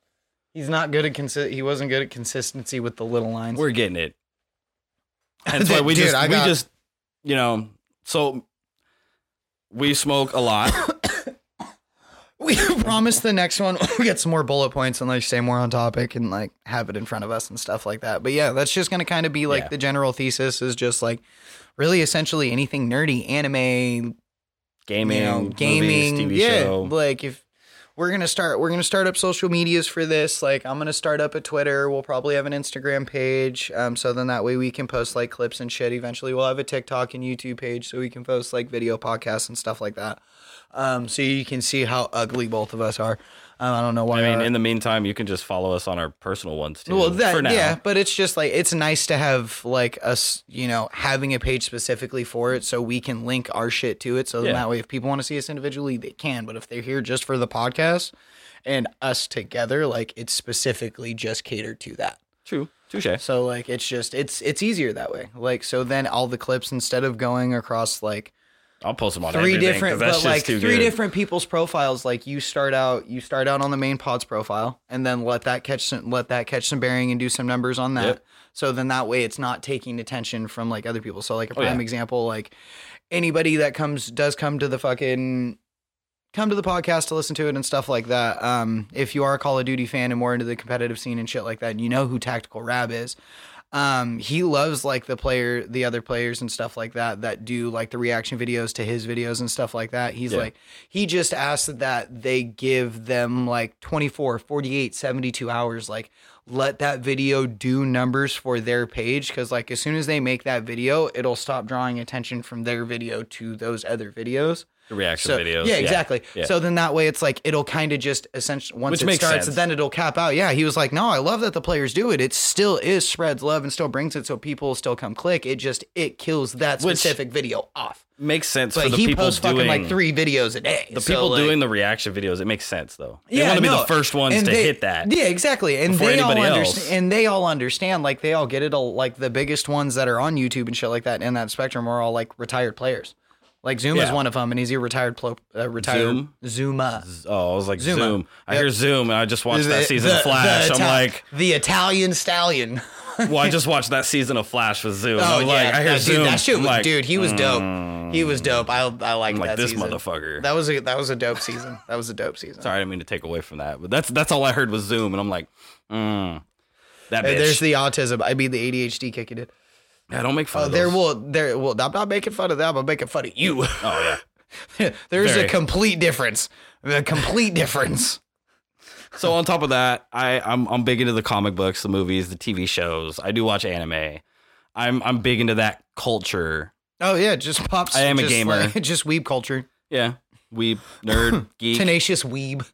Speaker 3: he's not good at consi- he wasn't good at consistency with the little lines
Speaker 2: we're getting it. That's why we
Speaker 3: Dude,
Speaker 2: just
Speaker 3: I got-
Speaker 2: we just you know so we smoke a lot.
Speaker 3: We promise the next one we get some more bullet points and like stay more on topic and like have it in front of us and stuff like that. But yeah, that's just gonna kind of be like
Speaker 2: Yeah.
Speaker 3: the general thesis is just like really essentially anything nerdy, anime,
Speaker 2: gaming,
Speaker 3: you know, gaming,
Speaker 2: gaming, movies, TV
Speaker 3: yeah.
Speaker 2: show.
Speaker 3: Like if we're gonna start, we're gonna start up social medias for this. Like I'm gonna start up a Twitter. We'll probably have an Instagram page. Um, so then that way we can post like clips and shit. Eventually, we'll have a TikTok and YouTube page so we can post like video podcasts and stuff like that. Um, so you can see how ugly both of us are. Um, I don't know why.
Speaker 2: I mean,
Speaker 3: our-
Speaker 2: in the meantime, you can just follow us on our personal ones too.
Speaker 3: well, that
Speaker 2: for now.
Speaker 3: yeah, but it's just like it's nice to have like us, you know, having a page specifically for it, so we can link our shit to it. So then
Speaker 2: Yeah.
Speaker 3: that way, if people want to see us individually, they can. But if they're here just for the podcast and us together, like it's specifically just catered to that.
Speaker 2: true, touche.
Speaker 3: So like it's just it's it's easier that way. Like so then all the clips instead of going across like
Speaker 2: I'll post them on
Speaker 3: three
Speaker 2: everything,
Speaker 3: different
Speaker 2: 'cause that's
Speaker 3: but
Speaker 2: just
Speaker 3: like
Speaker 2: too
Speaker 3: three
Speaker 2: good.
Speaker 3: different people's profiles like you start out you start out on the main pods profile and then let that catch some let that catch some bearing and do some numbers on that
Speaker 2: Yep.
Speaker 3: so then that way it's not taking attention from like other people so like a
Speaker 2: Oh,
Speaker 3: prime
Speaker 2: yeah.
Speaker 3: example like anybody that comes does come to the fucking come to the podcast to listen to it and stuff like that um if you are a call of duty fan and more into the competitive scene and shit like that and you know who tactical rab is Um, he loves like the player, the other players and stuff like that that do like the reaction videos to his videos and stuff like that. He's
Speaker 2: Yeah.
Speaker 3: like, he just asked that they give them like 24, 48, 72 hours. Like, let that video do numbers for their page because, like, as soon as they make that video, it'll stop drawing attention from their video to those other videos.
Speaker 2: The reaction
Speaker 3: So,
Speaker 2: videos.
Speaker 3: Yeah, exactly.
Speaker 2: Yeah.
Speaker 3: So then that way it's like it'll kind of just essentially once
Speaker 2: Which
Speaker 3: it
Speaker 2: makes
Speaker 3: starts,
Speaker 2: sense.
Speaker 3: then it'll cap out. Yeah, he was like, no, I love that the players do it. It still is spreads love and still brings it, so people still come click. It just it kills that
Speaker 2: Which-
Speaker 3: specific video off.
Speaker 2: Makes sense for
Speaker 3: But
Speaker 2: the
Speaker 3: he
Speaker 2: people
Speaker 3: posts fucking
Speaker 2: doing
Speaker 3: like three videos a day.
Speaker 2: the
Speaker 3: So,
Speaker 2: people
Speaker 3: like-
Speaker 2: doing the reaction videos. It makes sense though. They
Speaker 3: Yeah,
Speaker 2: want to be
Speaker 3: no.
Speaker 2: the first ones
Speaker 3: And
Speaker 2: to
Speaker 3: they-
Speaker 2: hit that.
Speaker 3: Yeah, exactly. And
Speaker 2: before
Speaker 3: they all
Speaker 2: anybody else.
Speaker 3: understand. And they all understand. Like they all get it. All, like the biggest ones that are on YouTube and shit like that in that spectrum are all like retired players. Like Zoom is
Speaker 2: Yeah.
Speaker 3: one of them, and he's a retired plo- uh, retired
Speaker 2: Zoom?
Speaker 3: Zuma.
Speaker 2: Oh, I was like
Speaker 3: Zuma.
Speaker 2: Zoom. I
Speaker 3: Yep.
Speaker 2: hear Zoom, and I just watched that
Speaker 3: The-
Speaker 2: season
Speaker 3: the-
Speaker 2: of Flash.
Speaker 3: the
Speaker 2: I'm
Speaker 3: Ital-
Speaker 2: like,
Speaker 3: the Italian stallion.
Speaker 2: well, I just watched that season of Flash with Zoom.
Speaker 3: Oh
Speaker 2: I'm
Speaker 3: yeah,
Speaker 2: like, I hear
Speaker 3: that,
Speaker 2: Zoom.
Speaker 3: dude, that shit
Speaker 2: I'm
Speaker 3: was
Speaker 2: like, mm.
Speaker 3: dude. He was dope. He was dope. I I liked
Speaker 2: I'm like
Speaker 3: that
Speaker 2: this
Speaker 3: season.
Speaker 2: motherfucker.
Speaker 3: That was a that was a dope season. That was a dope season.
Speaker 2: Sorry, I didn't mean to take away from that, but that's that's all I heard was Zoom, and I'm like, mm, that
Speaker 3: Hey,
Speaker 2: bitch.
Speaker 3: There's the autism. I mean the ADHD kicking it.
Speaker 2: yeah, don't make fun.
Speaker 3: Oh,
Speaker 2: of
Speaker 3: there
Speaker 2: those.
Speaker 3: will there will. I'm not making fun of them. I'm making fun of you.
Speaker 2: Oh yeah.
Speaker 3: There's
Speaker 2: Very.
Speaker 3: a complete difference. A complete difference.
Speaker 2: So on top of that, I I'm I'm big into the comic books, the movies, the TV shows. I do watch anime. I'm I'm big into that culture.
Speaker 3: Oh yeah, just pops.
Speaker 2: I am a
Speaker 3: just
Speaker 2: gamer.
Speaker 3: like- just weeb culture.
Speaker 2: Yeah, weeb, nerd, geek.
Speaker 3: Tenacious weeb.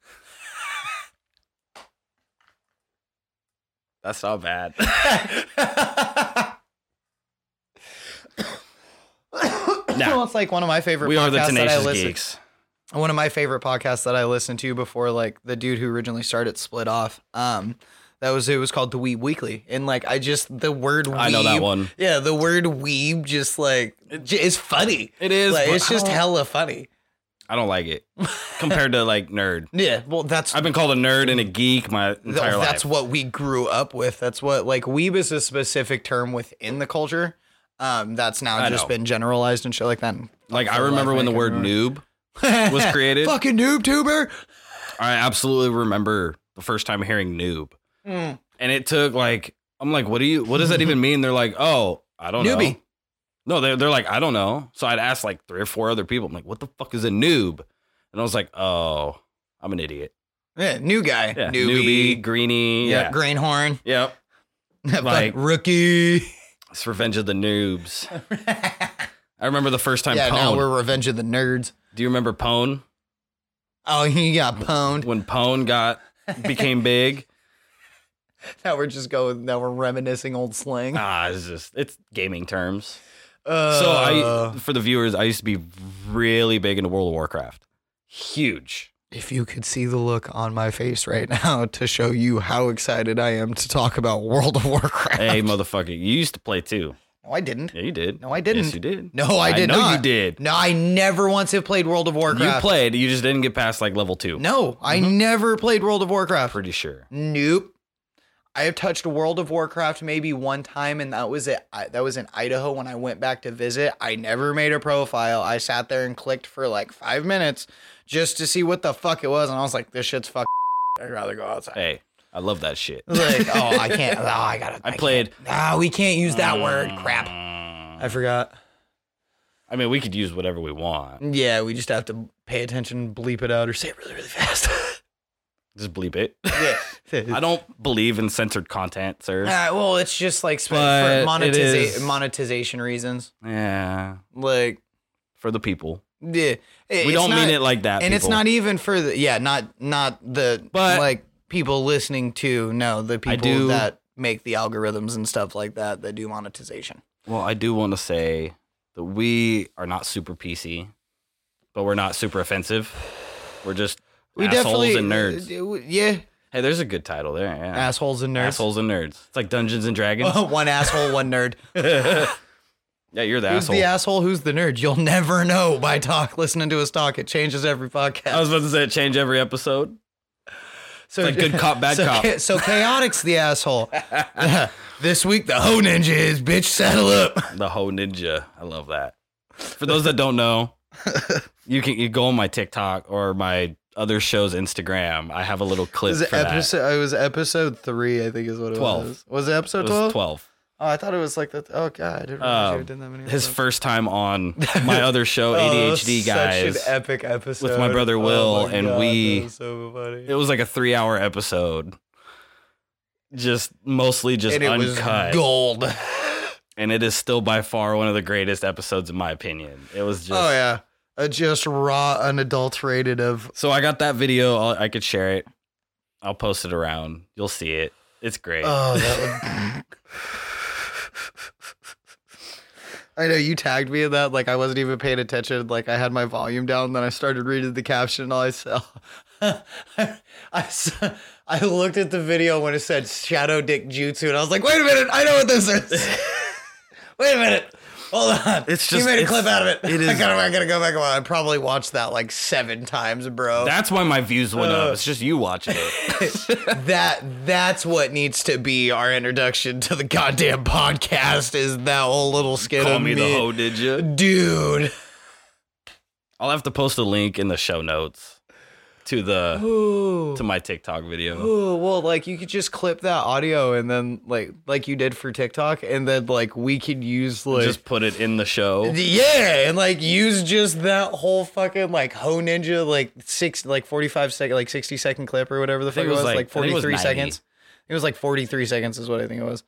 Speaker 2: That's not bad.
Speaker 3: well, it's like one of my favorite.
Speaker 2: we are the
Speaker 3: podcasts that I
Speaker 2: tenacious
Speaker 3: listen-
Speaker 2: geeks.
Speaker 3: One of my favorite podcasts that I listened to before, like the dude who originally started split off. Um, that was it was called the Weeb Weekly, and like I just the word. Weeb,
Speaker 2: I know that one.
Speaker 3: Yeah, the word weeb just like j- is funny.
Speaker 2: It is.
Speaker 3: Like,
Speaker 2: but
Speaker 3: it's
Speaker 2: I
Speaker 3: just
Speaker 2: don't-
Speaker 3: hella funny.
Speaker 2: I don't like it compared to like nerd.
Speaker 3: Yeah, well, that's
Speaker 2: I've been called a nerd and a geek my
Speaker 3: Th-
Speaker 2: entire life.
Speaker 3: that's what we grew up with. That's what like weeb is a specific term within the culture. Um, that's now
Speaker 2: I
Speaker 3: just
Speaker 2: know.
Speaker 3: been generalized and shit like that.
Speaker 2: like I remember when the word noob. was created.
Speaker 3: Fucking noob tuber.
Speaker 2: I absolutely remember the first time hearing noob,
Speaker 3: Mm.
Speaker 2: and it took like I'm like, what do you? What does that even mean? They're like, oh, I don't know.
Speaker 3: Newbie.
Speaker 2: No, they're, they're like, I don't know. So I'd ask like three or four other people. I'm like, what the fuck is a noob? And I was like, oh, I'm an idiot.
Speaker 3: Yeah, new guy.
Speaker 2: Yeah.
Speaker 3: Newbie.
Speaker 2: Newbie, greenie.
Speaker 3: Yeah,
Speaker 2: Yeah.
Speaker 3: greenhorn.
Speaker 2: Yep.
Speaker 3: like
Speaker 2: Like-
Speaker 3: rookie.
Speaker 2: It's Revenge of the Noobs. I remember the first time
Speaker 3: yeah, now
Speaker 2: Pwn.
Speaker 3: we're Revenge of the Nerds.
Speaker 2: Do you remember Pwn?
Speaker 3: Oh, he got pwned.
Speaker 2: When Pwn got became big.
Speaker 3: Now we're just going. Now we're reminiscing old slang.
Speaker 2: ah, it's just it's gaming terms.
Speaker 3: Uh,
Speaker 2: So I for the viewers, I used to be really big into World of Warcraft. Huge.
Speaker 3: If you could see the look on my face right now to show you how excited I am to talk about World of Warcraft.
Speaker 2: Hey motherfucker, you used to play too.
Speaker 3: No, I didn't.
Speaker 2: Yeah, you did.
Speaker 3: No, I didn't.
Speaker 2: Yes, you did.
Speaker 3: No, I did
Speaker 2: know
Speaker 3: not.
Speaker 2: you did.
Speaker 3: No, I never once have played World of Warcraft.
Speaker 2: You Mm-hmm. played, you just didn't get past like level two.
Speaker 3: No, I never played World of Warcraft.
Speaker 2: Pretty sure.
Speaker 3: Nope. I have touched World of Warcraft maybe one time, and that was it. I, that was in Idaho when I went back to visit. I never made a profile. I sat there and clicked for like five minutes just to see what the fuck it was, and I was like, "This shit's fuck." I'd rather go outside.
Speaker 2: Hey, I love that shit.
Speaker 3: Like, oh, I can't. Oh, I gotta.
Speaker 2: I Mm.
Speaker 3: can't.
Speaker 2: played- uh,
Speaker 3: Ah, we can't use that word. Crap. I forgot.
Speaker 2: I mean, we could use whatever we want.
Speaker 3: Yeah, we just have to pay attention, bleep it out, or say it really, really fast.
Speaker 2: Just bleep it.
Speaker 3: yeah.
Speaker 2: I don't believe in censored content, sir.
Speaker 3: Uh, well, it's just like sp- for
Speaker 2: But it
Speaker 3: monetiza-
Speaker 2: is-
Speaker 3: monetization reasons.
Speaker 2: Yeah,
Speaker 3: Like,
Speaker 2: for the people.
Speaker 3: yeah,
Speaker 2: We don't mean it like that.
Speaker 3: and it's
Speaker 2: people.
Speaker 3: not even for the yeah, not not the
Speaker 2: But-
Speaker 3: like people listening to no the people
Speaker 2: do-
Speaker 3: that make the algorithms and stuff like that that do monetization.
Speaker 2: Well, I do want to say that we are not super PC, but we're not super offensive. We're just
Speaker 3: We
Speaker 2: assholes
Speaker 3: definitely
Speaker 2: and nerds.
Speaker 3: uh, yeah,
Speaker 2: Hey, there's a good title there. Yeah.
Speaker 3: assholes and nerds. Oh.
Speaker 2: Assholes and nerds. It's like Dungeons and Dragons.
Speaker 3: one asshole, one nerd.
Speaker 2: yeah, you're the
Speaker 3: Who's
Speaker 2: asshole.
Speaker 3: the asshole? Who's the nerd? You'll never know by talk listening to us talk. It changes every podcast.
Speaker 2: I was about to say change every episode.
Speaker 3: So
Speaker 2: Oh, It's like good cop, bad
Speaker 3: so,
Speaker 2: cop.
Speaker 3: cha- So chaotic's the asshole. this week the hoe ninja is bitch. Saddle up.
Speaker 2: The whole ninja. I love that. For those that don't know, you can you go on my TikTok or my other show's Instagram. I have a little clip for that.
Speaker 3: It was oh, episode three, I think, is what it
Speaker 2: 12.
Speaker 3: was. Was it
Speaker 2: It
Speaker 3: episode
Speaker 2: was
Speaker 3: twelve?
Speaker 2: twelve.
Speaker 3: Oh, I thought it was like that. Oh god, I didn't realize you
Speaker 2: Um,
Speaker 3: had done that many.
Speaker 2: His
Speaker 3: episodes.
Speaker 2: first time on my other show,
Speaker 3: Oh,
Speaker 2: ADHD
Speaker 3: such
Speaker 2: guys.
Speaker 3: an epic episode
Speaker 2: with my brother
Speaker 3: Oh
Speaker 2: Will,
Speaker 3: my
Speaker 2: and
Speaker 3: God,
Speaker 2: we-
Speaker 3: that was so funny.
Speaker 2: it was like a three-hour episode, just mostly just
Speaker 3: and it
Speaker 2: uncut,
Speaker 3: was gold. oh
Speaker 2: and it is still by far one of the greatest episodes in my opinion. It
Speaker 3: Oh,
Speaker 2: was just
Speaker 3: yeah, uh, just raw, unadulterated of
Speaker 2: So I got that video. I'll, I could share it. I'll post it around. You'll see it. It's great.
Speaker 3: Oh, that would. I know you tagged me in that. Like I wasn't even paying attention. Like I had my volume down. Then I started reading the caption. And all I saw, I, saw- I looked at the video when it said Shadow Dick Jutsu, and I was like, "Wait a minute! I know what this is. Wait a minute." Hold on.
Speaker 2: It's
Speaker 3: you
Speaker 2: just-
Speaker 3: made a
Speaker 2: it's-
Speaker 3: clip out of it.
Speaker 2: it
Speaker 3: I
Speaker 2: is-
Speaker 3: gotta, I gotta go back. and watch. I probably watched that like seven times, bro.
Speaker 2: That's why my views went
Speaker 3: Uh.
Speaker 2: up. It's just you watching it.
Speaker 3: that that's what needs to be our introduction to the goddamn podcast is that whole little skit
Speaker 2: Call
Speaker 3: of
Speaker 2: me the hoe, did you?
Speaker 3: dude
Speaker 2: I'll have to post a link in the show notes to the
Speaker 3: Ooh.
Speaker 2: to my TikTok video.
Speaker 3: Ooh, well like you could just clip that audio and then like like you did for tiktok and then like we could use like
Speaker 2: Just put it in the show.
Speaker 3: yeah and like use just that whole fucking like ho ninja like six like 45 second like 60 second clip or whatever the fuck
Speaker 2: think
Speaker 3: it
Speaker 2: it was,
Speaker 3: was like,
Speaker 2: like- I think it was
Speaker 3: 43
Speaker 2: 90.
Speaker 3: seconds it was like 43 seconds is what i think it was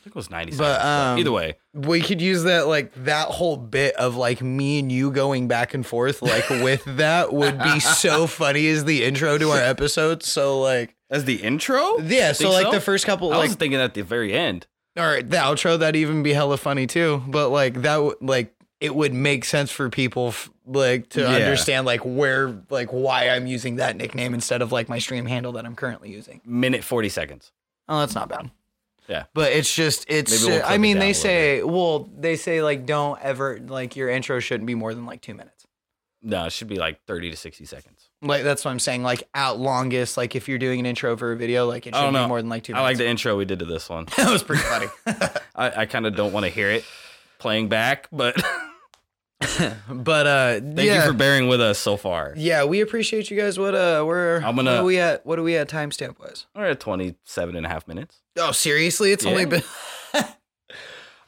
Speaker 2: I think it was 90
Speaker 3: But,
Speaker 2: seconds.
Speaker 3: um,
Speaker 2: Either way,
Speaker 3: we could use that like that whole bit of like me and you going back and forth like with that would be so funny as the intro to our episode so like
Speaker 2: as the intro?
Speaker 3: yeah
Speaker 2: Think
Speaker 3: so like
Speaker 2: so?
Speaker 3: the first couple
Speaker 2: I
Speaker 3: like
Speaker 2: was thinking at the very end.
Speaker 3: all right the outro that'd even be hella funny too but like that would like it would make sense for people f- like to
Speaker 2: Yeah.
Speaker 3: understand like where like why i'm using that nickname instead of like my stream handle that i'm currently using
Speaker 2: Minute 40 seconds.
Speaker 3: Oh, that's not bad.
Speaker 2: Yeah.
Speaker 3: But it's just it's
Speaker 2: Maybe we'll
Speaker 3: uh,
Speaker 2: clip
Speaker 3: I
Speaker 2: it down
Speaker 3: mean
Speaker 2: a
Speaker 3: they
Speaker 2: little
Speaker 3: say well they say like don't ever like your intro shouldn't be more than like 2 minutes.
Speaker 2: No, it should be like 30 to 60 seconds.
Speaker 3: Like that's what I'm saying like out longest like if you're doing an intro for a video like it
Speaker 2: I don't
Speaker 3: shouldn't be
Speaker 2: know.
Speaker 3: more than like 2
Speaker 2: I like
Speaker 3: minutes.
Speaker 2: the intro we did to this one.
Speaker 3: that was pretty funny.
Speaker 2: I, I kind of don't want to hear it playing back, but
Speaker 3: but uh
Speaker 2: thank
Speaker 3: yeah.
Speaker 2: you for bearing with us so far.
Speaker 3: yeah, we appreciate you guys. What uh where
Speaker 2: I'm
Speaker 3: what
Speaker 2: gonna-
Speaker 3: are we at what are we at timestamp wise?
Speaker 2: We're at 27 and a half minutes.
Speaker 3: Oh, seriously? It's
Speaker 2: Yeah.
Speaker 3: only been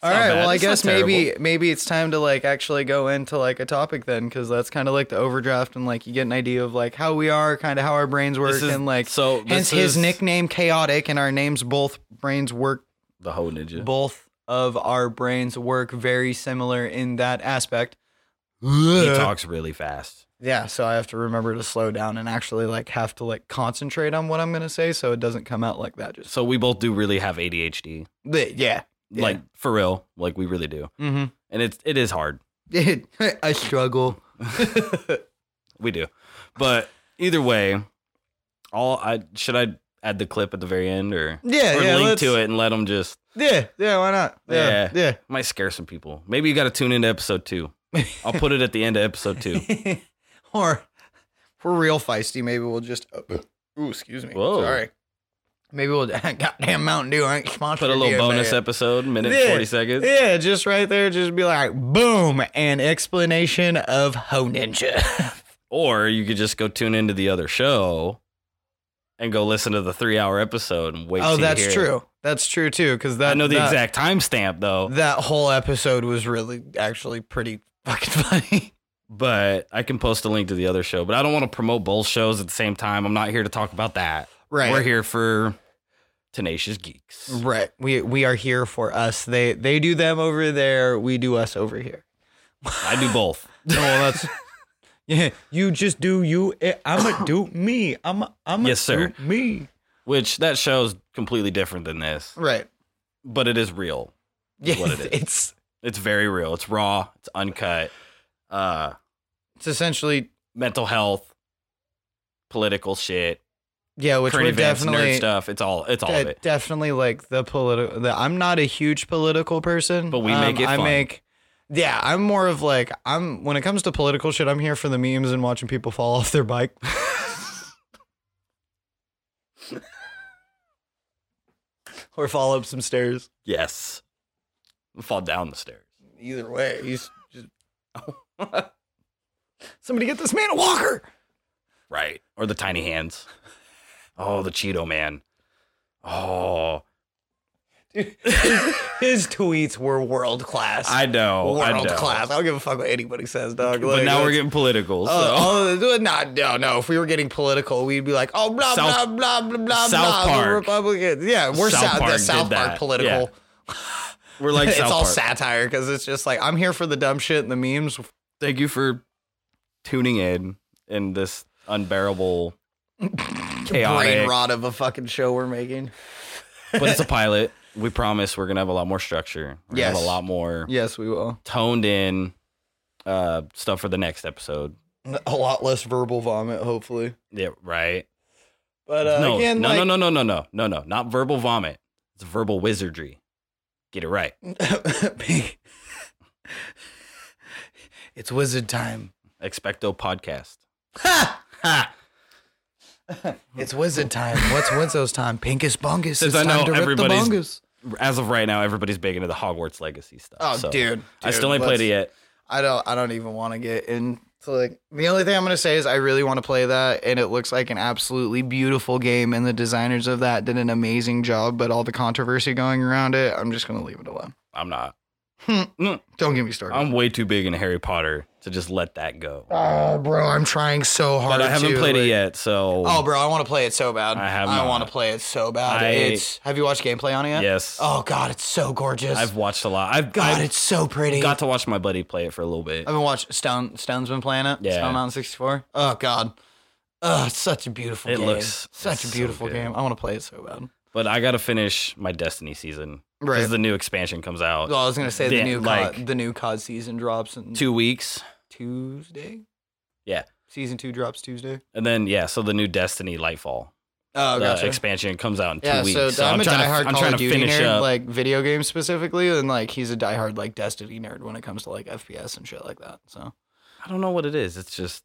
Speaker 3: All
Speaker 2: not
Speaker 3: right.
Speaker 2: bad.
Speaker 3: Well, I
Speaker 2: It's not
Speaker 3: guess maybe maybe it's time to like actually go into like a topic then, because that's kind of like the overdraft, and like you get an idea of like how we are, kind of how our brains work,
Speaker 2: This is-
Speaker 3: and like
Speaker 2: so this
Speaker 3: hence his
Speaker 2: is
Speaker 3: nickname chaotic, and our names both brains work
Speaker 2: the whole ninja.
Speaker 3: both of our brains work very similar in that aspect.
Speaker 2: he
Speaker 3: Yeah.
Speaker 2: talks really fast.
Speaker 3: yeah, so I have to remember to slow down and actually like have to like concentrate on what I'm gonna say, so it doesn't come out like that. Just
Speaker 2: So we both do really have ADHD.
Speaker 3: yeah, Yeah.
Speaker 2: Like for real, like we really do.
Speaker 3: mm-hmm.
Speaker 2: And it's it is hard.
Speaker 3: I struggle.
Speaker 2: We do. But either way, all I should I add the clip at the very end or
Speaker 3: Yeah,
Speaker 2: or
Speaker 3: yeah,
Speaker 2: link
Speaker 3: let's-
Speaker 2: to it and let them just
Speaker 3: Yeah, yeah, why not?
Speaker 2: Yeah.
Speaker 3: yeah.
Speaker 2: might scare some people. Maybe you got to tune into episode 2. I'll put it at the end of episode 2.
Speaker 3: or if we're real feisty, maybe we'll just. ooh, excuse me.
Speaker 2: Whoa.
Speaker 3: Sorry. Maybe we'll goddamn Mountain Dew. I ain't
Speaker 2: Put a little bonus episode, minute
Speaker 3: Yeah.
Speaker 2: 40 seconds.
Speaker 3: Yeah, just right there. Just be like, boom, an explanation of Ho Ninja.
Speaker 2: Or you could just go tune into the other show and go listen to the three hour episode and wait.
Speaker 3: oh,
Speaker 2: till you
Speaker 3: that's
Speaker 2: hear it.
Speaker 3: true. That's true too. Because that
Speaker 2: I know the
Speaker 3: that,
Speaker 2: exact timestamp though,
Speaker 3: That whole episode was really actually pretty fucking funny.
Speaker 2: but I can post a link to the other show. But I don't want to promote both shows at the same time. I'm not here to talk about that.
Speaker 3: Right.
Speaker 2: We're here for tenacious geeks.
Speaker 3: Right. We we are here for us. They they do them over there. We do us over here.
Speaker 2: I do both.
Speaker 3: No, that's yeah. You just do you. Eh, I'ma do me. I'm I'm
Speaker 2: Yes, sir.
Speaker 3: do me.
Speaker 2: Which that show's completely different than this,
Speaker 3: Right.
Speaker 2: but it is real.
Speaker 3: Yeah.
Speaker 2: what it is.
Speaker 3: It's
Speaker 2: It's very real. It's raw. It's uncut. Uh,
Speaker 3: it's essentially
Speaker 2: mental health, political shit,
Speaker 3: yeah, which
Speaker 2: current
Speaker 3: we're
Speaker 2: events, nerd
Speaker 3: definitely
Speaker 2: stuff. It's all. It's all of
Speaker 3: de-
Speaker 2: it.
Speaker 3: definitely like the political. The, I'm not a huge political person, Um,
Speaker 2: But we make it
Speaker 3: I
Speaker 2: fun.
Speaker 3: make. Yeah, I'm more of like I'm when it comes to political shit. I'm here for the memes and watching people fall off their bike. or fall up some stairs.
Speaker 2: Yes. Fall down the stairs.
Speaker 3: either way. He's just somebody get this man a walker.
Speaker 2: Right. Or the tiny hands. Oh, the Cheeto man. Oh.
Speaker 3: His tweets were world class.
Speaker 2: I know. I
Speaker 3: world
Speaker 2: know.
Speaker 3: class. I don't give a fuck what anybody says, dog.
Speaker 2: But
Speaker 3: Like,
Speaker 2: now we're
Speaker 3: that's-
Speaker 2: getting political. So
Speaker 3: Oh, oh, not no, no. If we were getting political, we'd be like, oh, blah
Speaker 2: South-
Speaker 3: blah blah blah blah.
Speaker 2: South
Speaker 3: blah, the
Speaker 2: Park.
Speaker 3: Republicans. Yeah, we're
Speaker 2: South
Speaker 3: South, the
Speaker 2: Park
Speaker 3: South
Speaker 2: did
Speaker 3: Park
Speaker 2: that.
Speaker 3: political.
Speaker 2: Yeah. we're like
Speaker 3: it's
Speaker 2: South
Speaker 3: all
Speaker 2: Park.
Speaker 3: satire because it's just like I'm here for the dumb shit and the memes.
Speaker 2: Thank you for tuning in in this unbearable
Speaker 3: Brain
Speaker 2: chaotic.
Speaker 3: rot of a fucking show we're making.
Speaker 2: but it's a pilot. We promise we're gonna have a lot more structure. We're gonna have
Speaker 3: Yes.
Speaker 2: a lot more
Speaker 3: Yes, we will.
Speaker 2: toned in uh stuff for the next episode.
Speaker 3: A lot less verbal vomit, hopefully.
Speaker 2: Yeah, right.
Speaker 3: But uh,
Speaker 2: no,
Speaker 3: again,
Speaker 2: no,
Speaker 3: like,
Speaker 2: no, no, no, no, no, no, no. Not verbal vomit. It's verbal wizardry. Get it right.
Speaker 3: Mm. Pink. it's wizard time.
Speaker 2: Expecto podcast.
Speaker 3: Ha!
Speaker 2: Ha!
Speaker 3: It's wizard time. What's Winslow's time? Pinkus bongus.
Speaker 2: Since
Speaker 3: it's
Speaker 2: I know
Speaker 3: time to rip the
Speaker 2: everybody's-
Speaker 3: bongus.
Speaker 2: As of right now, everybody's big into the Hogwarts Legacy stuff.
Speaker 3: Oh,
Speaker 2: so
Speaker 3: dude,
Speaker 2: I
Speaker 3: dude,
Speaker 2: still ain't played
Speaker 3: let's-
Speaker 2: it yet.
Speaker 3: I don't. I don't even want to get into like the only thing I'm gonna say is I really want to play that, and it looks like an absolutely beautiful game, and the designers of that did an amazing job. But all the controversy going around it, I'm just gonna leave it alone.
Speaker 2: I'm not.
Speaker 3: Don't get me started.
Speaker 2: I'm way too big into Harry Potter to just let that go.
Speaker 3: oh, bro, I'm trying so hard.
Speaker 2: But I haven't
Speaker 3: to,
Speaker 2: played it
Speaker 3: like-
Speaker 2: yet, so
Speaker 3: Oh, bro, I want to play it so bad.
Speaker 2: I have
Speaker 3: I
Speaker 2: not.
Speaker 3: want to play it so bad.
Speaker 2: I-
Speaker 3: it's. Have you watched gameplay on it yet?
Speaker 2: yes.
Speaker 3: Oh God, it's so gorgeous.
Speaker 2: I've watched a lot. I've,
Speaker 3: God,
Speaker 2: I've
Speaker 3: it's so pretty.
Speaker 2: got to watch my buddy play it for a little bit.
Speaker 3: I've been watching Stone. Stone's been playing it.
Speaker 2: Yeah.
Speaker 3: Stone Mountain 64. Oh God. Oh, it's such a beautiful
Speaker 2: It
Speaker 3: game.
Speaker 2: looks
Speaker 3: such a
Speaker 2: so
Speaker 3: beautiful
Speaker 2: good.
Speaker 3: game. I want to play it so bad.
Speaker 2: But I gotta finish my Destiny season because
Speaker 3: Right. Oh,
Speaker 2: the new expansion comes out
Speaker 3: well, I was gonna say the
Speaker 2: Yeah,
Speaker 3: new
Speaker 2: like-
Speaker 3: COD, the new COD season drops in
Speaker 2: two weeks,
Speaker 3: Tuesday.
Speaker 2: Yeah.
Speaker 3: Season two drops Tuesday.
Speaker 2: and then yeah, so the new Destiny Lightfall
Speaker 3: Oh,
Speaker 2: the
Speaker 3: gotcha.
Speaker 2: expansion comes out in two
Speaker 3: yeah,
Speaker 2: weeks.
Speaker 3: so, I'm, a
Speaker 2: trying to,
Speaker 3: diehard
Speaker 2: I'm
Speaker 3: Call
Speaker 2: trying
Speaker 3: of
Speaker 2: to
Speaker 3: Duty
Speaker 2: finish
Speaker 3: nerd,
Speaker 2: up.
Speaker 3: like video games specifically, and like he's a diehard like Destiny nerd when it comes to like FPS and shit like that. So
Speaker 2: I don't know what it is. It's just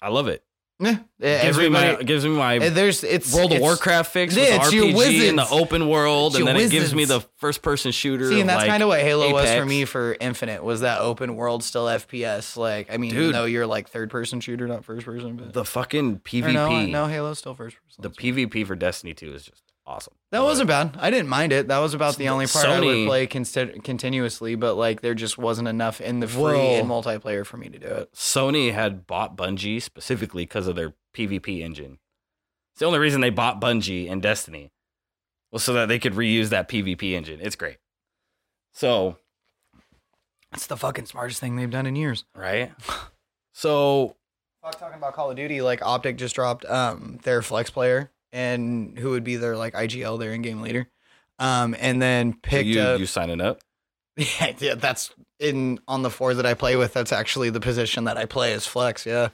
Speaker 2: I love it.
Speaker 3: yeah,
Speaker 2: It gives me my
Speaker 3: everybody.
Speaker 2: it gives me my
Speaker 3: and there's it's
Speaker 2: World of
Speaker 3: it's-
Speaker 2: Warcraft fix
Speaker 3: Yeah,
Speaker 2: with
Speaker 3: it's your
Speaker 2: RPG in the
Speaker 3: wizards.
Speaker 2: open world,
Speaker 3: It's
Speaker 2: and
Speaker 3: your
Speaker 2: then it gives me the
Speaker 3: wizards.
Speaker 2: first person shooter.
Speaker 3: See, and that's
Speaker 2: like,
Speaker 3: kind of what Halo was for
Speaker 2: Apex.
Speaker 3: me for Infinite was that open world still FPS. Like, I mean, even
Speaker 2: Dude.
Speaker 3: though you're like third person shooter, not first person, but
Speaker 2: the fucking
Speaker 3: Or
Speaker 2: PvP.
Speaker 3: No, no, Halo's still first person.
Speaker 2: the PvP for Destiny Two is just awesome.
Speaker 3: that wasn't bad. I didn't mind it. That was about the only part I would
Speaker 2: Sony-
Speaker 3: play consti- continuously, but like there just wasn't enough in the free
Speaker 2: Well-
Speaker 3: and multiplayer for me to do it.
Speaker 2: Sony had bought Bungie specifically because of their PvP engine. It's the only reason they bought Bungie and Destiny was so that they could reuse that PvP engine. It's great. So,
Speaker 3: That's the fucking smartest thing they've done in years.
Speaker 2: right? So,
Speaker 3: Fuck talking about Call of Duty, like Optic just dropped um their flex player and who would be their like IGL, their in game leader. Um, and then picked
Speaker 2: you,
Speaker 3: up
Speaker 2: you signing up?
Speaker 3: Yeah, yeah, that's in on the four that I play with. That's actually the position that I play is flex. Yeah.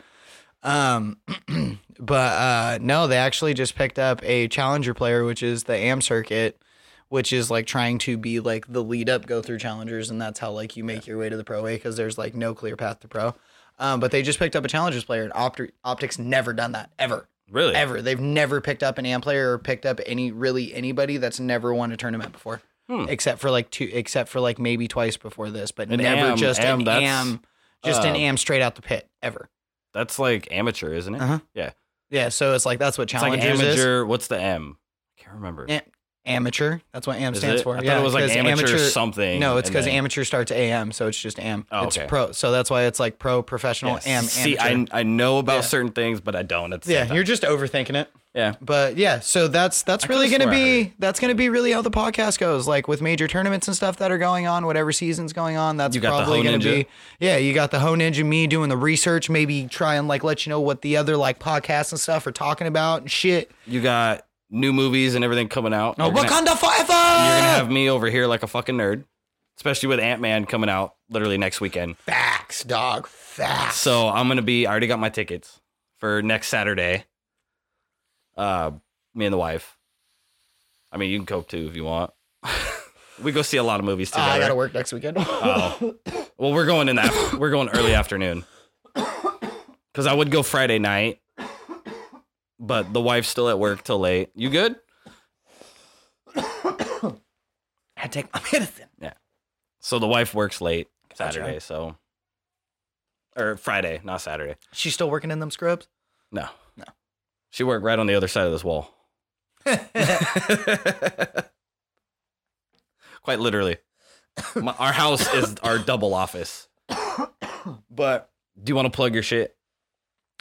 Speaker 3: Um, but uh, no, they actually just picked up a challenger player, which is the AM circuit, which is like trying to be like the lead up go through challengers, and that's how like you make your way to the pro way because there's like no clear path to pro. Um, but they just picked up a challengers player, and Opti- Optics never done that ever,
Speaker 2: Really?
Speaker 3: ever. They've never picked up an AM player or picked up any really anybody that's never won a tournament before
Speaker 2: Hmm.
Speaker 3: except for like two, except for like maybe twice before this, but
Speaker 2: An
Speaker 3: never
Speaker 2: am,
Speaker 3: just
Speaker 2: am,
Speaker 3: an
Speaker 2: that's,
Speaker 3: am, just an
Speaker 2: uh,
Speaker 3: am straight out the pit ever.
Speaker 2: That's like amateur, isn't it?
Speaker 3: Uh-huh.
Speaker 2: Yeah.
Speaker 3: Yeah, so it's like that's what
Speaker 2: It's like
Speaker 3: challengers is.
Speaker 2: amateur. What's the M? I can't remember.
Speaker 3: Am Amateur. That's what am
Speaker 2: Is
Speaker 3: stands
Speaker 2: it?
Speaker 3: for.
Speaker 2: I
Speaker 3: yeah,
Speaker 2: thought it was like
Speaker 3: 'cause
Speaker 2: amateur, something.
Speaker 3: No, it's
Speaker 2: and
Speaker 3: because
Speaker 2: then-
Speaker 3: amateur starts am, so it's just am.
Speaker 2: Oh,
Speaker 3: It's
Speaker 2: okay.
Speaker 3: pro, so that's why it's like pro, professional,
Speaker 2: Yeah,
Speaker 3: am,
Speaker 2: See,
Speaker 3: oh, amateur.
Speaker 2: I, I know about
Speaker 3: Yeah.
Speaker 2: certain things, but I don't. At the
Speaker 3: yeah,
Speaker 2: same time.
Speaker 3: you're just overthinking it.
Speaker 2: yeah.
Speaker 3: But yeah, so that's that's
Speaker 2: I
Speaker 3: really
Speaker 2: could've
Speaker 3: gonna
Speaker 2: swore I
Speaker 3: be
Speaker 2: heard
Speaker 3: that's gonna be really how the podcast goes. Like with major tournaments and stuff that are going on, whatever season's going on, that's
Speaker 2: You got the
Speaker 3: probably
Speaker 2: Ho
Speaker 3: gonna
Speaker 2: Ninja.
Speaker 3: be yeah. You got the Ho Ninja, me doing the research, maybe try and like let you know what the other like podcasts and stuff are talking about and shit.
Speaker 2: You got new movies and everything coming out.
Speaker 3: No,
Speaker 2: You're Oh, gonna-
Speaker 3: Wakanda forever.
Speaker 2: You're gonna have me over here like a fucking nerd, especially with Ant Man coming out literally next weekend.
Speaker 3: facts, dog. Facts.
Speaker 2: So I'm gonna be. I already got my tickets for next Saturday. Uh, me and the wife. I mean, you can cope too if you want. we go see a lot of movies
Speaker 3: Ah, I gotta
Speaker 2: together.
Speaker 3: work next weekend.
Speaker 2: Oh. well, we're going in that. We're going early afternoon. Because I would go Friday night, but the wife's still at work till late. You good?
Speaker 3: I take my medicine.
Speaker 2: So the wife works late
Speaker 3: Gotcha.
Speaker 2: Saturday, so or Friday, not Saturday.
Speaker 3: She's still working in them scrubs.
Speaker 2: No.
Speaker 3: No.
Speaker 2: She worked right on the other side of this wall. Quite literally. My, our house is our double office. But do you want to plug your shit?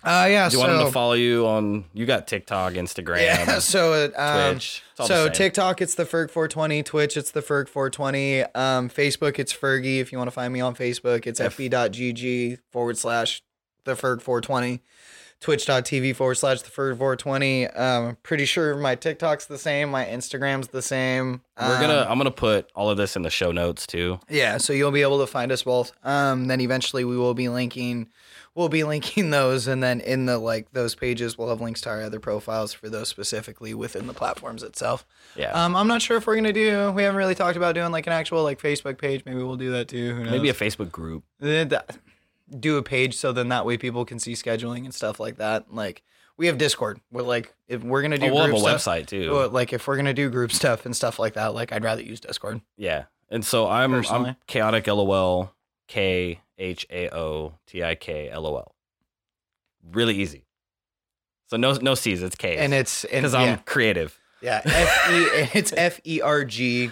Speaker 3: Uh, yeah.
Speaker 2: Do you
Speaker 3: so,
Speaker 2: want them to follow you on? You got TikTok, Instagram,
Speaker 3: Yeah. So it, um,
Speaker 2: Twitch. It's all the
Speaker 3: so
Speaker 2: same.
Speaker 3: TikTok, it's the Ferg 420. Twitch, it's the Ferg 420. Um, Facebook, it's Fergie. If you want to find me on Facebook, it's fb.gg forward slash the Ferg 420. Twitch.tv forward slash the Ferg 420. Um, I'm pretty sure my TikTok's the same. My Instagram's the same.
Speaker 2: We're gonna.
Speaker 3: Um,
Speaker 2: I'm gonna put all of this in the show notes too.
Speaker 3: yeah. So you'll be able to find us both. Um, then eventually we will be linking. We'll be linking those, and then in the like those pages, we'll have links to our other profiles for those specifically within the platforms itself.
Speaker 2: Yeah.
Speaker 3: Um, I'm not sure if we're gonna do. We haven't really talked about doing like an actual like Facebook page. Maybe we'll do that too. Who knows?
Speaker 2: Maybe a Facebook group.
Speaker 3: Eh, that- do a page so then that way people can see scheduling and stuff like that. Like we have Discord. We're like if we're gonna do
Speaker 2: Oh, we'll have
Speaker 3: group
Speaker 2: a
Speaker 3: stuff,
Speaker 2: website too.
Speaker 3: well, like if we're gonna do group stuff and stuff like that, like I'd rather use Discord.
Speaker 2: yeah. And so I'm
Speaker 3: Personally.
Speaker 2: I'm chaotic lol k h a o t i k l o l. Really easy. So no no C's. It's K's.
Speaker 3: And it's and
Speaker 2: because
Speaker 3: yeah,
Speaker 2: I'm creative.
Speaker 3: yeah F E it's F E R G,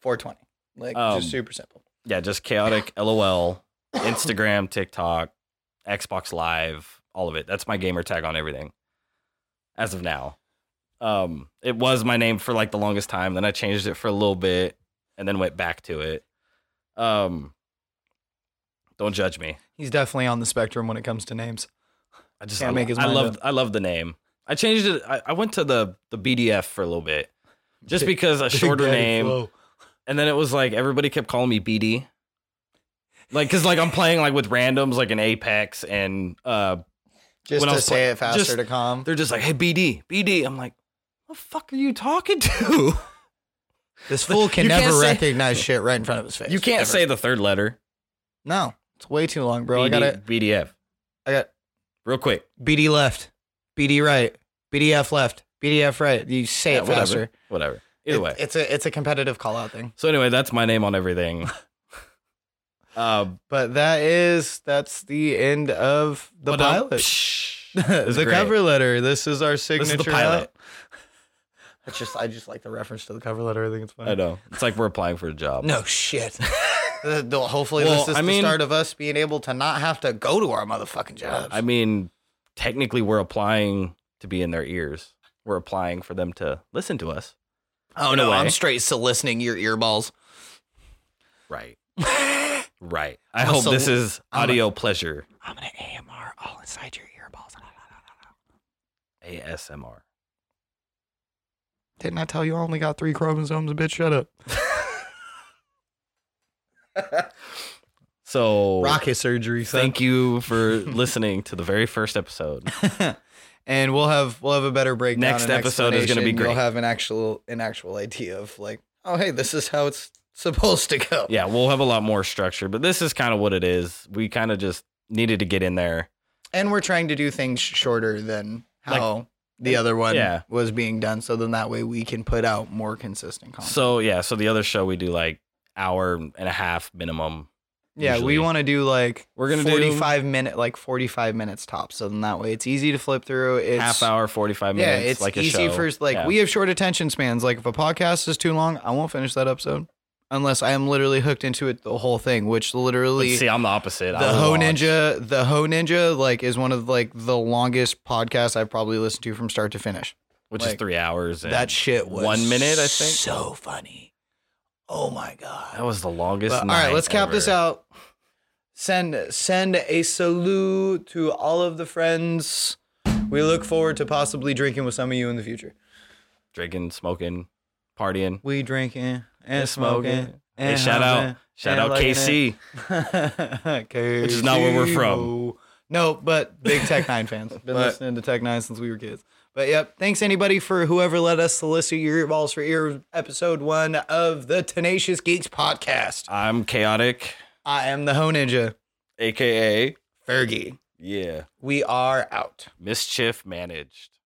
Speaker 3: four twenty. Like
Speaker 2: Um,
Speaker 3: just super simple.
Speaker 2: Yeah, just chaotic lol. Instagram, TikTok, Xbox Live, all of it. That's my gamer tag on everything. As of now. Um, it was my name for like the longest time, then I changed it for a little bit and then went back to it. Um don't judge me.
Speaker 3: He's definitely on the spectrum when it comes to names.
Speaker 2: I just
Speaker 3: Can't
Speaker 2: I,
Speaker 3: make his
Speaker 2: I
Speaker 3: mind
Speaker 2: love I love the name. I changed it I, I went to the the BDF for a little bit. Just because a shorter name and then it was like everybody kept calling me BD. Like, cause like I'm playing like with randoms, like in Apex, and uh,
Speaker 3: Just
Speaker 2: when I
Speaker 3: to
Speaker 2: was
Speaker 3: say
Speaker 2: play-
Speaker 3: it faster
Speaker 2: just-
Speaker 3: to calm.
Speaker 2: they're just like, "Hey, BD, BD." I'm like, "What the fuck are you talking to?"
Speaker 3: This fool can
Speaker 2: You can't
Speaker 3: never
Speaker 2: say-
Speaker 3: recognize shit right in front of his face.
Speaker 2: You can't
Speaker 3: Ever.
Speaker 2: say the third letter,
Speaker 3: no. It's way too long, bro. I
Speaker 2: BD
Speaker 3: got it.
Speaker 2: BDF,
Speaker 3: I got
Speaker 2: real quick.
Speaker 3: BD left, BD right, BDF left, BDF right. You say
Speaker 2: Yeah,
Speaker 3: it
Speaker 2: whatever,
Speaker 3: faster.
Speaker 2: whatever. Either
Speaker 3: It-
Speaker 2: way.
Speaker 3: it's a it's a competitive call out thing.
Speaker 2: so anyway, that's my name on everything. uh,
Speaker 3: But that is that's the end of the
Speaker 2: but, um,
Speaker 3: pilot.
Speaker 2: psh, it was
Speaker 3: the
Speaker 2: great.
Speaker 3: cover letter. This is our
Speaker 2: This
Speaker 3: signature.
Speaker 2: is the pilot.
Speaker 3: out. I just I just like the reference to the cover letter. I think it's funny.
Speaker 2: I know. It's like we're applying for a job.
Speaker 3: No shit. The- the- Hopefully,
Speaker 2: Well,
Speaker 3: this is
Speaker 2: I mean-
Speaker 3: the start of us being able to not have to go to our motherfucking jobs.
Speaker 2: I mean, technically, we're applying to be in their ears. We're applying for them to listen to us.
Speaker 3: oh
Speaker 2: in a
Speaker 3: no,
Speaker 2: way.
Speaker 3: I'm straight soliciting your earballs.
Speaker 2: Right. right. I
Speaker 3: I'm a
Speaker 2: hope
Speaker 3: sol-
Speaker 2: this is
Speaker 3: I'm a-
Speaker 2: audio pleasure.
Speaker 3: I'm gonna AMR all inside your earballs.
Speaker 2: ASMR.
Speaker 3: Didn't I tell you I only got three chromosomes? Bitch, shut up.
Speaker 2: So
Speaker 3: Rocket surgery. Son.
Speaker 2: thank you for listening to the very first episode.
Speaker 3: And we'll have we'll have a better breakdown.
Speaker 2: Next
Speaker 3: and
Speaker 2: episode is gonna be
Speaker 3: explanation.
Speaker 2: great.
Speaker 3: You'll have an actual an actual idea of like, oh hey, this is how it's supposed to go.
Speaker 2: Yeah, we'll have a lot more structure, but this is kind of what it is. We kind of just needed to get in there.
Speaker 3: And we're trying to do things shorter than
Speaker 2: Like-
Speaker 3: how the other one
Speaker 2: Yeah.
Speaker 3: was being done. So then that way we can put out more consistent content.
Speaker 2: So yeah, so the other show we do like hour and a half minimum.
Speaker 3: Yeah,
Speaker 2: usually.
Speaker 3: we want to do like
Speaker 2: We're gonna do-
Speaker 3: 45 minute like 45 minutes top. So then that way it's easy to flip through. It's
Speaker 2: half hour, forty five
Speaker 3: Yeah,
Speaker 2: minutes.
Speaker 3: it's
Speaker 2: like a
Speaker 3: easy
Speaker 2: show.
Speaker 3: for like
Speaker 2: Yeah.
Speaker 3: we have short attention spans. Like if a podcast is too long, I won't finish that episode unless I am literally hooked into it the whole thing, which
Speaker 2: But
Speaker 3: literally
Speaker 2: see. I'm the opposite.
Speaker 3: the
Speaker 2: I
Speaker 3: Ho
Speaker 2: watch-
Speaker 3: Ninja, the Ho Ninja like is one of like the longest podcasts I've probably listened to from start to finish.
Speaker 2: which is
Speaker 3: like,
Speaker 2: three hours. And
Speaker 3: that shit was
Speaker 2: one minute, I think.
Speaker 3: So funny. Oh my god.
Speaker 2: That was the longest.
Speaker 3: But, all right,
Speaker 2: night
Speaker 3: let's cap this
Speaker 2: ever.
Speaker 3: out. Send send a salute to all of the friends. We look forward to possibly drinking with some of you in the future.
Speaker 2: Drinking, smoking, partying.
Speaker 3: We drinking and
Speaker 2: smoking.
Speaker 3: smoking.
Speaker 2: Hey, shout out, shout out KC.
Speaker 3: KC.
Speaker 2: is not where we're from.
Speaker 3: No, but big Tech Nine fans. Been
Speaker 2: But-
Speaker 3: listening to Tech Nine since we were kids. But yep, thanks anybody for whoever let us solicit your earballs for ear episode one of the Tenacious Geeks podcast.
Speaker 2: I'm chaotic,
Speaker 3: I am the Ho Ninja,
Speaker 2: aka
Speaker 3: Fergie.
Speaker 2: yeah,
Speaker 3: We are out.
Speaker 2: mischief managed.